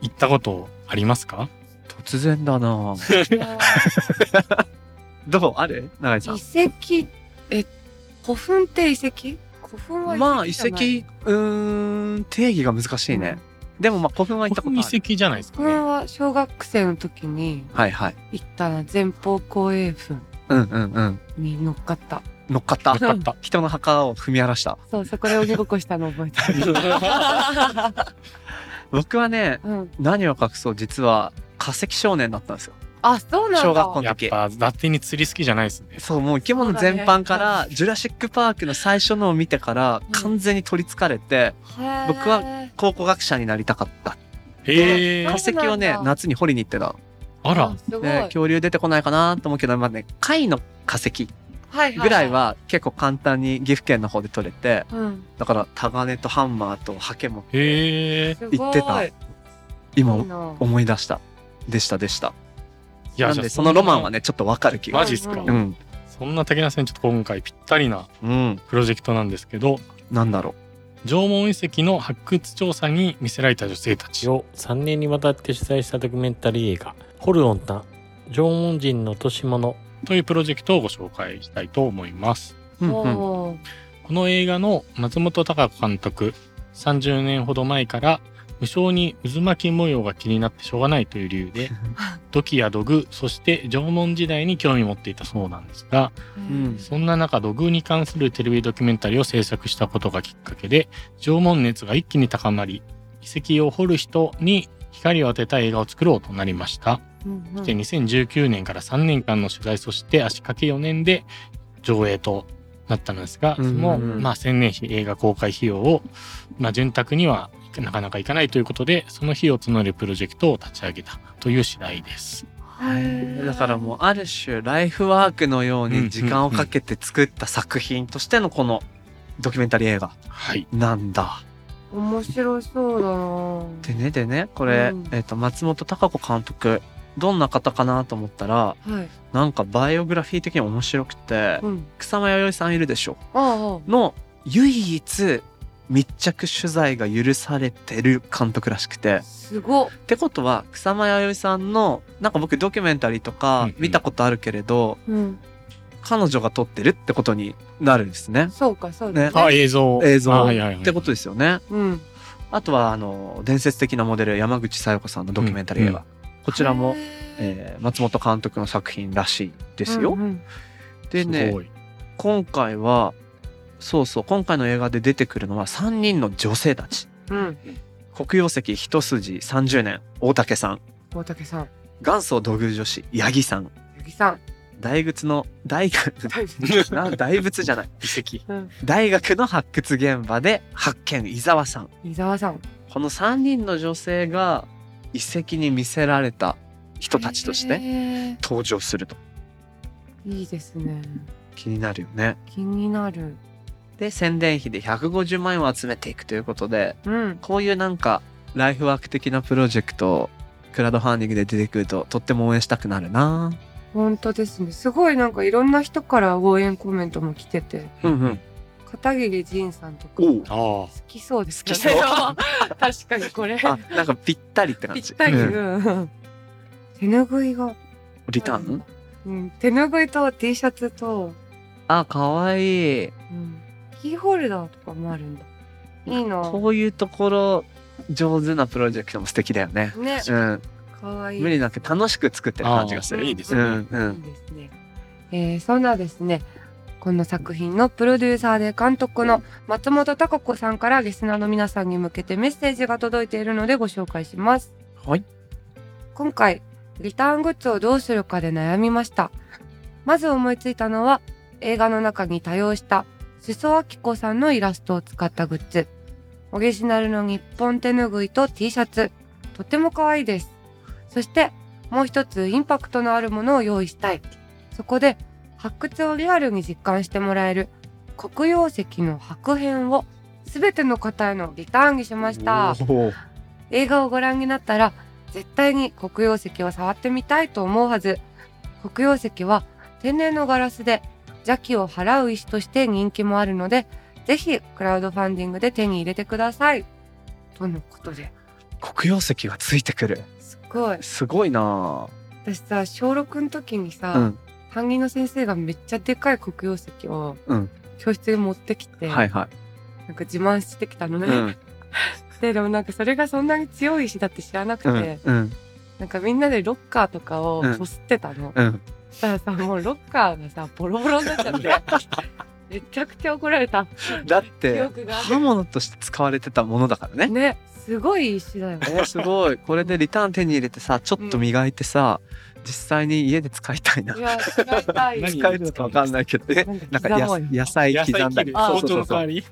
[SPEAKER 3] 行ったことありますか
[SPEAKER 1] 突然だな *laughs* どうある長井さん。
[SPEAKER 2] 遺跡、え、古墳って遺跡古墳は遺跡じゃない
[SPEAKER 1] まあ遺跡、うーん、定義が難しいね。でもまあ古墳は行ったこと
[SPEAKER 3] 遺
[SPEAKER 1] ある。
[SPEAKER 3] 跡じゃないですか
[SPEAKER 2] これ
[SPEAKER 3] ね。
[SPEAKER 2] は小学生の時に
[SPEAKER 1] はいはい。
[SPEAKER 2] 行ったな前方後円墳
[SPEAKER 1] うんうんうん。
[SPEAKER 2] に乗っかった。
[SPEAKER 1] 乗っかった
[SPEAKER 3] よ。かった。
[SPEAKER 1] *laughs* 人の墓を踏み荒らした。
[SPEAKER 2] そう、そこで鬼ごっこしたの覚えて
[SPEAKER 1] *laughs* 僕はね、
[SPEAKER 2] る。うん。
[SPEAKER 1] 何を隠そう実は化石少年だったんですよ
[SPEAKER 2] あ、そうなんだ。
[SPEAKER 1] 小学校の
[SPEAKER 3] やっ
[SPEAKER 1] 時
[SPEAKER 3] ぱ、伊達に釣り好きじゃないですね。
[SPEAKER 1] そうもう生き物全般から、ジュラシック・パークの最初のを見てから
[SPEAKER 2] ん
[SPEAKER 1] 完全に取りつかれて
[SPEAKER 2] へー
[SPEAKER 1] 僕は。考古学者になりたかった
[SPEAKER 3] へえ
[SPEAKER 1] 化。石をね
[SPEAKER 2] そうなんだ
[SPEAKER 1] 夏に掘りに行ってた
[SPEAKER 3] あら。
[SPEAKER 2] すごい。
[SPEAKER 1] で恐竜出てこないかなと思うけどまあね貝の化石
[SPEAKER 2] はい
[SPEAKER 1] ぐらい。は結構簡単に岐阜県の方で取れて
[SPEAKER 2] うん。
[SPEAKER 1] だからタガネとハンマーとハケも
[SPEAKER 3] へえ。
[SPEAKER 2] すごい。
[SPEAKER 1] 行ってた
[SPEAKER 2] いい
[SPEAKER 1] 今
[SPEAKER 2] な
[SPEAKER 1] 思い出したでしたでした
[SPEAKER 3] い
[SPEAKER 1] なん
[SPEAKER 3] じゃ
[SPEAKER 1] で
[SPEAKER 3] あ
[SPEAKER 1] そのロマンはねちょっとわかる気が
[SPEAKER 3] マジっすか、
[SPEAKER 2] うん
[SPEAKER 1] うん
[SPEAKER 3] そんな竹田さんにちょっと今回ぴったりな
[SPEAKER 1] うん
[SPEAKER 3] プロジェクトなんですけど
[SPEAKER 1] なんだろ
[SPEAKER 3] 縄文遺跡の発掘調査に魅せられた女性たち
[SPEAKER 4] を3年にわたって取材したドキュメンタリー映画「ホルオンタ縄文人の落とし物」
[SPEAKER 3] というプロジェクトをご紹介したいと思います
[SPEAKER 1] う、うんうん、
[SPEAKER 2] おー
[SPEAKER 3] この映画の松本隆子監督30年ほど前から無性に渦巻き模様が気になってしょうがないという理
[SPEAKER 4] *laughs*
[SPEAKER 3] 由で土器や土偶そして縄文時代に興味を持っていたそうなんですが
[SPEAKER 1] ん
[SPEAKER 3] そんな中、土偶に関するテレビドキュメンタリーを制作したことがきっかけで、縄文熱が一気に高まり、遺跡を掘る人に光を当てた映画を作ろうとなりました。
[SPEAKER 2] うんう
[SPEAKER 3] そ
[SPEAKER 2] ん
[SPEAKER 3] して2019年から3年間の取材、そして足掛け4年で上映となったのですが、そ
[SPEAKER 1] うんうん
[SPEAKER 3] の、
[SPEAKER 1] うん
[SPEAKER 3] まあ、宣年費映画公開費用を、まあ、潤沢にはなかなかいかないということで、その費用を募るプロジェクトを立ち上げたという次第です。
[SPEAKER 1] はいだからもうある種ライフワークのよう
[SPEAKER 3] うんうんう
[SPEAKER 1] に
[SPEAKER 3] ん
[SPEAKER 1] 時間をかけて作った作品としてのこのドキュメンタリー映画
[SPEAKER 3] はい。
[SPEAKER 1] なんだ。
[SPEAKER 2] 面白そうだな
[SPEAKER 1] でねでねこれ、
[SPEAKER 2] うん
[SPEAKER 1] えっと松本孝子監督どんな方かなと思ったら
[SPEAKER 2] はい。
[SPEAKER 1] なんかバイオグラフィー的に面白くて
[SPEAKER 2] うん。
[SPEAKER 1] 草間彌生さんいるでしょ
[SPEAKER 2] あああ
[SPEAKER 1] の唯一密着取材が許されてる監督らしくて
[SPEAKER 2] あ。。すごっ。
[SPEAKER 1] ってことは草間彌生さんのなんか僕ドキュメンタリーと
[SPEAKER 3] うん
[SPEAKER 1] か
[SPEAKER 3] うん
[SPEAKER 1] 見たことあるけれど、
[SPEAKER 2] うん。
[SPEAKER 1] 彼女が撮ってるってことになるんですね。
[SPEAKER 2] そうか、そう
[SPEAKER 1] ね
[SPEAKER 2] だ
[SPEAKER 3] あ、映像。
[SPEAKER 1] 映像
[SPEAKER 3] あはいはいはい。
[SPEAKER 1] ってことですよね。
[SPEAKER 2] うん。
[SPEAKER 1] あとはあの伝説的なモデル山口小夜子さんのドキュメンタリー映画、
[SPEAKER 3] う
[SPEAKER 1] こちらも、
[SPEAKER 2] へ
[SPEAKER 1] えー松本監督の作品らしいで
[SPEAKER 2] です
[SPEAKER 1] よ。でね
[SPEAKER 3] すごい。
[SPEAKER 1] 今回はそうそう今回の映画で出てくるのは3人の女性たち。
[SPEAKER 2] うん。
[SPEAKER 1] 黒曜石一筋30年大竹さん
[SPEAKER 2] 大竹さん、
[SPEAKER 1] 元祖土偶女子八木さん
[SPEAKER 2] 八
[SPEAKER 1] *laughs*
[SPEAKER 2] 木さん、
[SPEAKER 1] 大仏の大学
[SPEAKER 2] 大輔
[SPEAKER 1] な大仏じゃない
[SPEAKER 3] 遺跡。
[SPEAKER 2] うん
[SPEAKER 1] 大学の発掘現場で発見伊沢さん
[SPEAKER 2] 伊沢さん。
[SPEAKER 1] この3人の女性が遺跡に見せられた人たちとして
[SPEAKER 2] へー
[SPEAKER 1] 登場すると
[SPEAKER 2] いいですね。
[SPEAKER 1] 気になるよね
[SPEAKER 2] 気になる。
[SPEAKER 1] で宣伝費で150万円を集めていくということで
[SPEAKER 2] うん。
[SPEAKER 1] こういうなんかライフワーク的なプロジェクトをクラウドファンディングで出てくるととっても応援したくなるな
[SPEAKER 2] 本当ですね。すごいなんかいろんな人から応援コメントも来てて、
[SPEAKER 1] うんうん
[SPEAKER 2] 片桐仁さんとか、
[SPEAKER 1] お
[SPEAKER 2] 好
[SPEAKER 1] う
[SPEAKER 3] ああ。
[SPEAKER 2] きそうですね
[SPEAKER 1] 好きそう
[SPEAKER 2] *laughs* 確かにこれ。
[SPEAKER 1] あなんかぴったりって感
[SPEAKER 2] ぴ
[SPEAKER 1] じ
[SPEAKER 2] ったり。
[SPEAKER 1] う
[SPEAKER 2] うんん手ぬぐいが、
[SPEAKER 1] リターン
[SPEAKER 2] うん、手ぬぐいと T シャツと、
[SPEAKER 1] あ、かわいい。
[SPEAKER 2] うん、キーホルダーとかもあるんだ。いいな。
[SPEAKER 1] こういうところ、上手なプロジェクトも素敵だよね。
[SPEAKER 2] ね、
[SPEAKER 1] うん。
[SPEAKER 2] かわいい。
[SPEAKER 1] 無理なく楽しく作ってる感じがす
[SPEAKER 3] あ
[SPEAKER 1] る。
[SPEAKER 3] ーいいですね
[SPEAKER 1] うんう
[SPEAKER 2] いい
[SPEAKER 1] ん。
[SPEAKER 2] ですね。えーそんなですね、この作品のプロデューサーで監督の松本孝子さんからリスナーの皆さんに向けてメッセージが届いているのでご紹介します。
[SPEAKER 1] はい。
[SPEAKER 2] 今回、リターングッズをどうするかで悩みました。まず思いついたのは、映画の中に多用した、しそあきこさんのイラストを使ったグッズ。オリジナルの日本手ぬぐいと T シャツ。とても可愛いです。そして、もう一つインパクトのあるものを用意したい。そこで発掘をリアルに実感してもらえる黒曜石の白片を全ての方へのリターンにしました。
[SPEAKER 1] おー
[SPEAKER 2] 映画をご覧になったら絶対に黒曜石を触ってみたいと思うはず黒曜石は天然のガラスで邪気を払う石として人気もあるのでぜひクラウドファンディングで手に入れてくださいとのことで
[SPEAKER 1] 黒曜石がついてくる。
[SPEAKER 2] すっごい
[SPEAKER 1] すごいな
[SPEAKER 2] 私さ小6の時にさ、
[SPEAKER 1] ぁうん。
[SPEAKER 2] 担任の先生がめっちゃでかい黒曜石を
[SPEAKER 1] うん
[SPEAKER 2] 教室に持ってきて、
[SPEAKER 1] はいはい。
[SPEAKER 2] なんか自慢してきたのね、
[SPEAKER 1] うん。
[SPEAKER 2] ででもなんかそれがそんなに強い石だって知らなくて、
[SPEAKER 1] うん。うん。
[SPEAKER 2] なんかみんなでロッカーとかを
[SPEAKER 1] うん
[SPEAKER 2] こすってたの、
[SPEAKER 1] うん。
[SPEAKER 2] そしたらさもうロッカーがさボロボロになっちゃってめちゃくちゃ怒られた
[SPEAKER 1] だっ
[SPEAKER 2] 記
[SPEAKER 1] て、
[SPEAKER 2] 憶があ
[SPEAKER 1] 刃物として使われてたものだから
[SPEAKER 2] る
[SPEAKER 1] ね。
[SPEAKER 2] ねすごい石だよ
[SPEAKER 1] えーすごい。これでリターン手に入れてさ、ちょっと磨いてさ、実際に家で使いたいな。
[SPEAKER 2] いや使いたい
[SPEAKER 3] 何
[SPEAKER 1] 使えるのかわかんないけどね。なんかや
[SPEAKER 2] 刻もうよ
[SPEAKER 1] 野菜刻んだり。
[SPEAKER 2] あ
[SPEAKER 1] そうそうそうそう。
[SPEAKER 3] り
[SPEAKER 1] 皮、ピ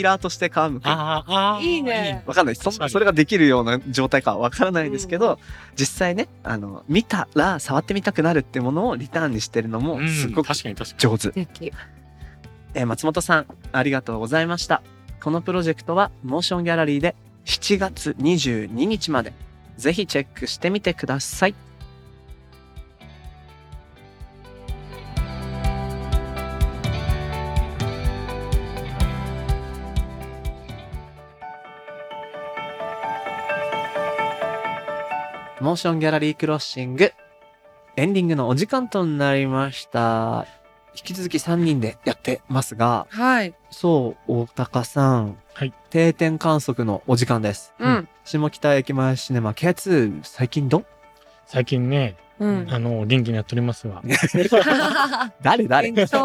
[SPEAKER 1] ーラーとして皮むく。
[SPEAKER 3] あーあー。
[SPEAKER 2] いいね
[SPEAKER 1] わかんないそ
[SPEAKER 3] 確か
[SPEAKER 1] ん
[SPEAKER 3] に
[SPEAKER 1] それができるような状態かはわからないですけど、
[SPEAKER 2] う
[SPEAKER 1] 実際ねあの見たら触ってみたくなるってものをリターンにしてるのも
[SPEAKER 3] うん
[SPEAKER 1] すごく
[SPEAKER 3] 確かに確か
[SPEAKER 1] 上手、
[SPEAKER 2] 素敵
[SPEAKER 1] えー松本さんありがとうございましたこのプロジェクトはモーションギャラリーで7月22日までぜひチェックしてみてくださいモーションギャラリークロッシングエンディングのお時間となりました引き続き3人でやってますが
[SPEAKER 2] はい
[SPEAKER 1] そう、大高さん。
[SPEAKER 3] はい
[SPEAKER 1] 定点観測のお時間です。
[SPEAKER 2] うん
[SPEAKER 1] 下北駅前シネマ K2、最近ど
[SPEAKER 3] に。最近ね、
[SPEAKER 2] うん
[SPEAKER 3] あの、元気になっておりますが、
[SPEAKER 1] 誰誰
[SPEAKER 2] 勉強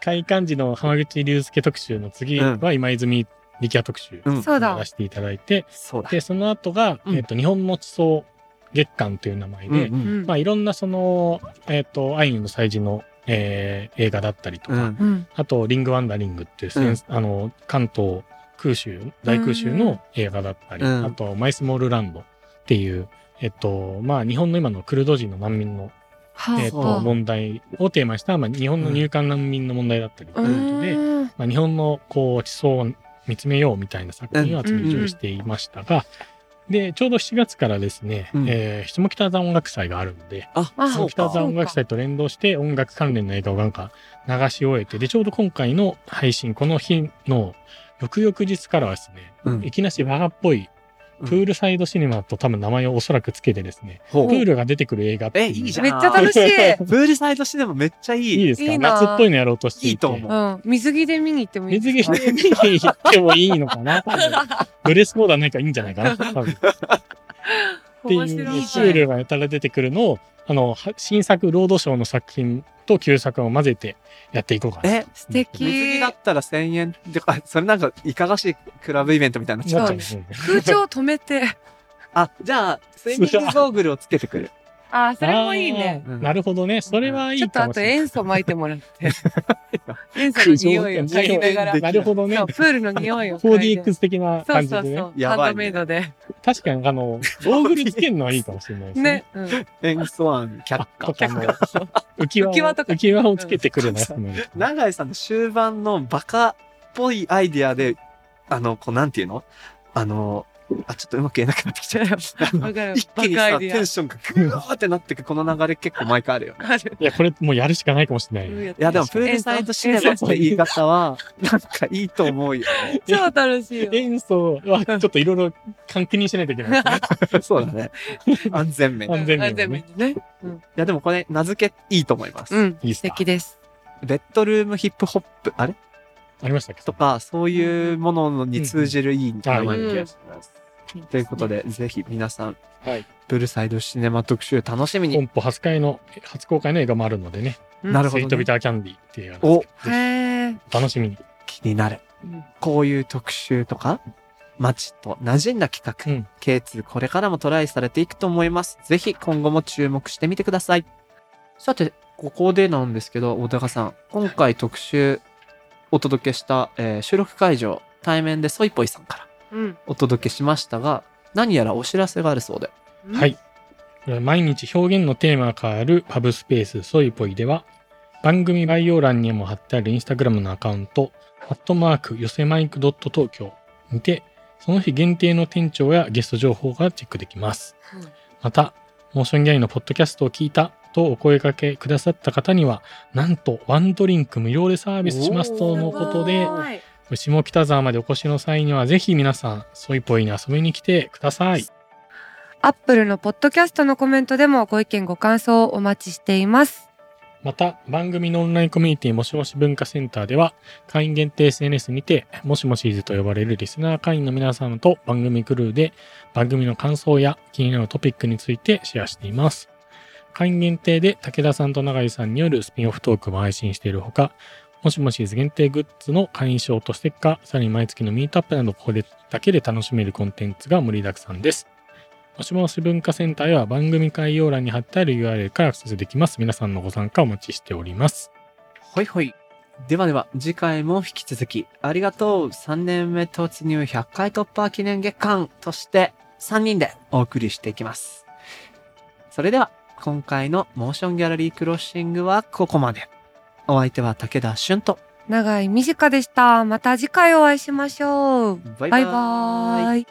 [SPEAKER 3] 開館時の浜口竜介特集の次は今泉力也特集
[SPEAKER 1] うん。
[SPEAKER 2] そうだ
[SPEAKER 3] 出。していただいて、
[SPEAKER 1] そうだ。
[SPEAKER 3] で、その後が、
[SPEAKER 1] うん
[SPEAKER 3] えっと、日本の地層月間という名前
[SPEAKER 1] うん
[SPEAKER 3] で、
[SPEAKER 1] うん。
[SPEAKER 3] まあ、いろんなその、えっ、と、アイヌの祭事の、えー映画だったりと
[SPEAKER 1] う
[SPEAKER 3] か、
[SPEAKER 1] ん。
[SPEAKER 2] うん。
[SPEAKER 3] あと、リング・ワンダリングっていう、
[SPEAKER 1] うん
[SPEAKER 3] あの、関東空襲、大空襲の映画だったり、
[SPEAKER 1] うん
[SPEAKER 3] あと、マイスモールランドっていう、えっと、まあ、日本の今のクルド人の難民の、
[SPEAKER 2] はあ
[SPEAKER 3] えっ
[SPEAKER 1] そ
[SPEAKER 3] と、
[SPEAKER 1] う
[SPEAKER 3] 問題をテーマにした、まあ、日本の入管難民の問題だったりといううことで、
[SPEAKER 2] ーん
[SPEAKER 3] まあ、日本のこう地層を見つめようみたいな作品を集め上していましたが、でちょうど7月からですね、
[SPEAKER 1] うん
[SPEAKER 3] えー下北沢音楽祭があるので
[SPEAKER 1] あ
[SPEAKER 2] あ、
[SPEAKER 1] そ
[SPEAKER 3] 下
[SPEAKER 1] う
[SPEAKER 3] 北沢
[SPEAKER 1] か。
[SPEAKER 3] 音楽祭と連動して音楽関連の映画をなんか流し終えてでちょうど今回の配信この日の翌々日からはですね、
[SPEAKER 1] うん
[SPEAKER 3] いきなしバカっぽいプールサイドシネマと多分名前をおそらくつけてですね、
[SPEAKER 1] ほう
[SPEAKER 3] プールが出てくる映画って
[SPEAKER 1] えいいじゃん
[SPEAKER 2] めっちゃ楽しい。
[SPEAKER 1] プールサイドシネマめっちゃい
[SPEAKER 3] いい
[SPEAKER 1] い。
[SPEAKER 3] ですか
[SPEAKER 2] いいな
[SPEAKER 3] 夏っぽいのやろうとしていて
[SPEAKER 1] いいと思う
[SPEAKER 2] うん。水着で見に行ってもいい
[SPEAKER 3] 水
[SPEAKER 2] で
[SPEAKER 3] 着
[SPEAKER 2] すか
[SPEAKER 3] で見に行ってもいいのか
[SPEAKER 1] *laughs*
[SPEAKER 3] な多分ドレスコーダーなんかいいんじゃないかな多分っていう
[SPEAKER 2] 面白
[SPEAKER 3] シュー
[SPEAKER 2] い。
[SPEAKER 3] ルがやたら出てくるのを、あの、は新作、ロードショーの作品と旧作を混ぜてやっていこうかな。
[SPEAKER 1] え、
[SPEAKER 2] 素
[SPEAKER 1] 水着
[SPEAKER 2] 敵
[SPEAKER 1] だ。ったら1000円とか、それなんかいかがわしいクラブイベントみたいになっちゃ
[SPEAKER 3] な
[SPEAKER 1] う。
[SPEAKER 3] っちゃうね。
[SPEAKER 2] 空調止めて。
[SPEAKER 1] あ、じゃあ、スイミングゴーグルをつけてくる。
[SPEAKER 2] あ、それもいいね。
[SPEAKER 3] あーなるほどね。それはい
[SPEAKER 2] ちょ
[SPEAKER 3] い
[SPEAKER 2] っと
[SPEAKER 3] か
[SPEAKER 2] あ
[SPEAKER 3] もし
[SPEAKER 2] と
[SPEAKER 3] れない。
[SPEAKER 2] 塩素撒いてもらって。塩素の匂いを嗅ぎながら。
[SPEAKER 1] で
[SPEAKER 3] なるほどね
[SPEAKER 2] そ。う、プールの匂いを嗅いで。
[SPEAKER 3] 4DX 的な
[SPEAKER 2] そう
[SPEAKER 3] 感じ
[SPEAKER 2] そ
[SPEAKER 3] で
[SPEAKER 2] うそ
[SPEAKER 3] ね。
[SPEAKER 2] う。
[SPEAKER 1] や
[SPEAKER 2] ハン
[SPEAKER 1] ばいね
[SPEAKER 2] ドメイドで。
[SPEAKER 3] 確かに、あの、ゴーグルつけるのはいいかもしれないですね
[SPEAKER 2] ね。。うん
[SPEAKER 1] *laughs* エンスワン、キャッカ。
[SPEAKER 3] とかの、浮き輪を
[SPEAKER 2] 浮き輪とか
[SPEAKER 3] 浮き輪をつけてくるなって思います
[SPEAKER 1] 永井さんの終盤のバカっぽいアイディアで、あの、こう、なんていうのあの、あ、ちょっとうまく言えなくなってきち
[SPEAKER 2] *laughs*
[SPEAKER 1] ゃった。
[SPEAKER 2] わかる。
[SPEAKER 1] 一気に
[SPEAKER 2] バカア
[SPEAKER 1] さ、
[SPEAKER 2] イデ
[SPEAKER 1] テン
[SPEAKER 2] ィ
[SPEAKER 1] ションがグワーってなってく、この流れ結構毎回あるよね。
[SPEAKER 2] アある
[SPEAKER 3] いや、これもうやるしかないかもしれない。
[SPEAKER 1] いや、でも、プールサイドシネマって言い方は、なんかいいと思うよね。
[SPEAKER 2] 超楽しいよ。
[SPEAKER 3] 塩素はちょっといろいろ確認しないといけないですね。
[SPEAKER 2] *laughs*
[SPEAKER 1] そうだね。安全面。い
[SPEAKER 3] 安全面をね
[SPEAKER 2] にね。うん
[SPEAKER 1] や、でもこれ、名付けいいと思います。
[SPEAKER 2] うん。
[SPEAKER 3] いいっ
[SPEAKER 2] 素
[SPEAKER 3] すか
[SPEAKER 2] 敵です。
[SPEAKER 1] ベッドルームヒップホップ、あれ
[SPEAKER 3] ありましたっけ
[SPEAKER 1] とか、そういうものに通じるいい名前の気がします。
[SPEAKER 2] うん
[SPEAKER 1] ということで、ぜひ皆さん、
[SPEAKER 3] はい。
[SPEAKER 1] プールサイドシネマ特集楽しみに。
[SPEAKER 3] 本邦初回の、初公開の映画もあるのでね。
[SPEAKER 2] うん
[SPEAKER 1] なるほ
[SPEAKER 3] スイ
[SPEAKER 1] ど、
[SPEAKER 3] ート
[SPEAKER 1] ね
[SPEAKER 3] ビ。ターキャンディーっていう
[SPEAKER 1] お
[SPEAKER 3] お、
[SPEAKER 2] へえ。
[SPEAKER 3] 楽しみに。
[SPEAKER 1] 気になる。こういう特集とか、街と馴染んだ企画、
[SPEAKER 3] うん
[SPEAKER 1] K2 これからもトライされていくと思います。ぜひ今後も注目してみてください。さて、ここでなんですけど、大高さん、今回特集お届けした、えー収録会場、対面でソイポイさんから
[SPEAKER 2] うん。
[SPEAKER 1] お届けしましたが、何やらお知らせがあるそうで。
[SPEAKER 2] うん
[SPEAKER 3] はい。これは毎日表現のテーマが変わるパブスペースソイポイでは、番組概要欄にも貼ってあるインスタグラムのアカウント、アットマーク、寄せマイクドット東京にて、その日限定の店長やゲスト情報がチェックできます。
[SPEAKER 2] うん
[SPEAKER 3] また、モーションギャリのポッドキャストを聞いたとお声掛けくださった方には、なんとワンドリンク無料でサービスしますとのことで、
[SPEAKER 2] すごい
[SPEAKER 3] 下北沢までお越しの際には、ぜひ皆さん、ソイポイに遊びに来てください。
[SPEAKER 2] アップルのポッドキャストのコメントでもご意見ご感想をお待ちしています。
[SPEAKER 3] また、番組のオンラインコミュニティもしもし文化センターでは、会員限定 SNS にて、もしもしーずと呼ばれるリスナー会員の皆さんと番組クルーで、番組の感想や気になるトピックについてシェアしています。会員限定で武田さんと永井さんによるスピンオフトークも配信しているほか、もしもしーず限定グッズの会員証とステッカー、さらに毎月のミートアップなど、ここでだけで楽しめるコンテンツが盛りだくさんです。もしもし文化センターへは番組概要欄に貼ってある URL からアクセスできます。皆さんのご参加お待ちしております。
[SPEAKER 1] ほいほい。ではでは、次回も引き続き、ありがとう !3 年目突入100回突破記念月間として、3人でお送りしていきます。それでは、今回のモーションギャラリークロッシングはここまで。お相手は武田俊と、
[SPEAKER 2] 長井美佳でした。また次回お会いしましょう。
[SPEAKER 1] バ
[SPEAKER 2] バイバーイ。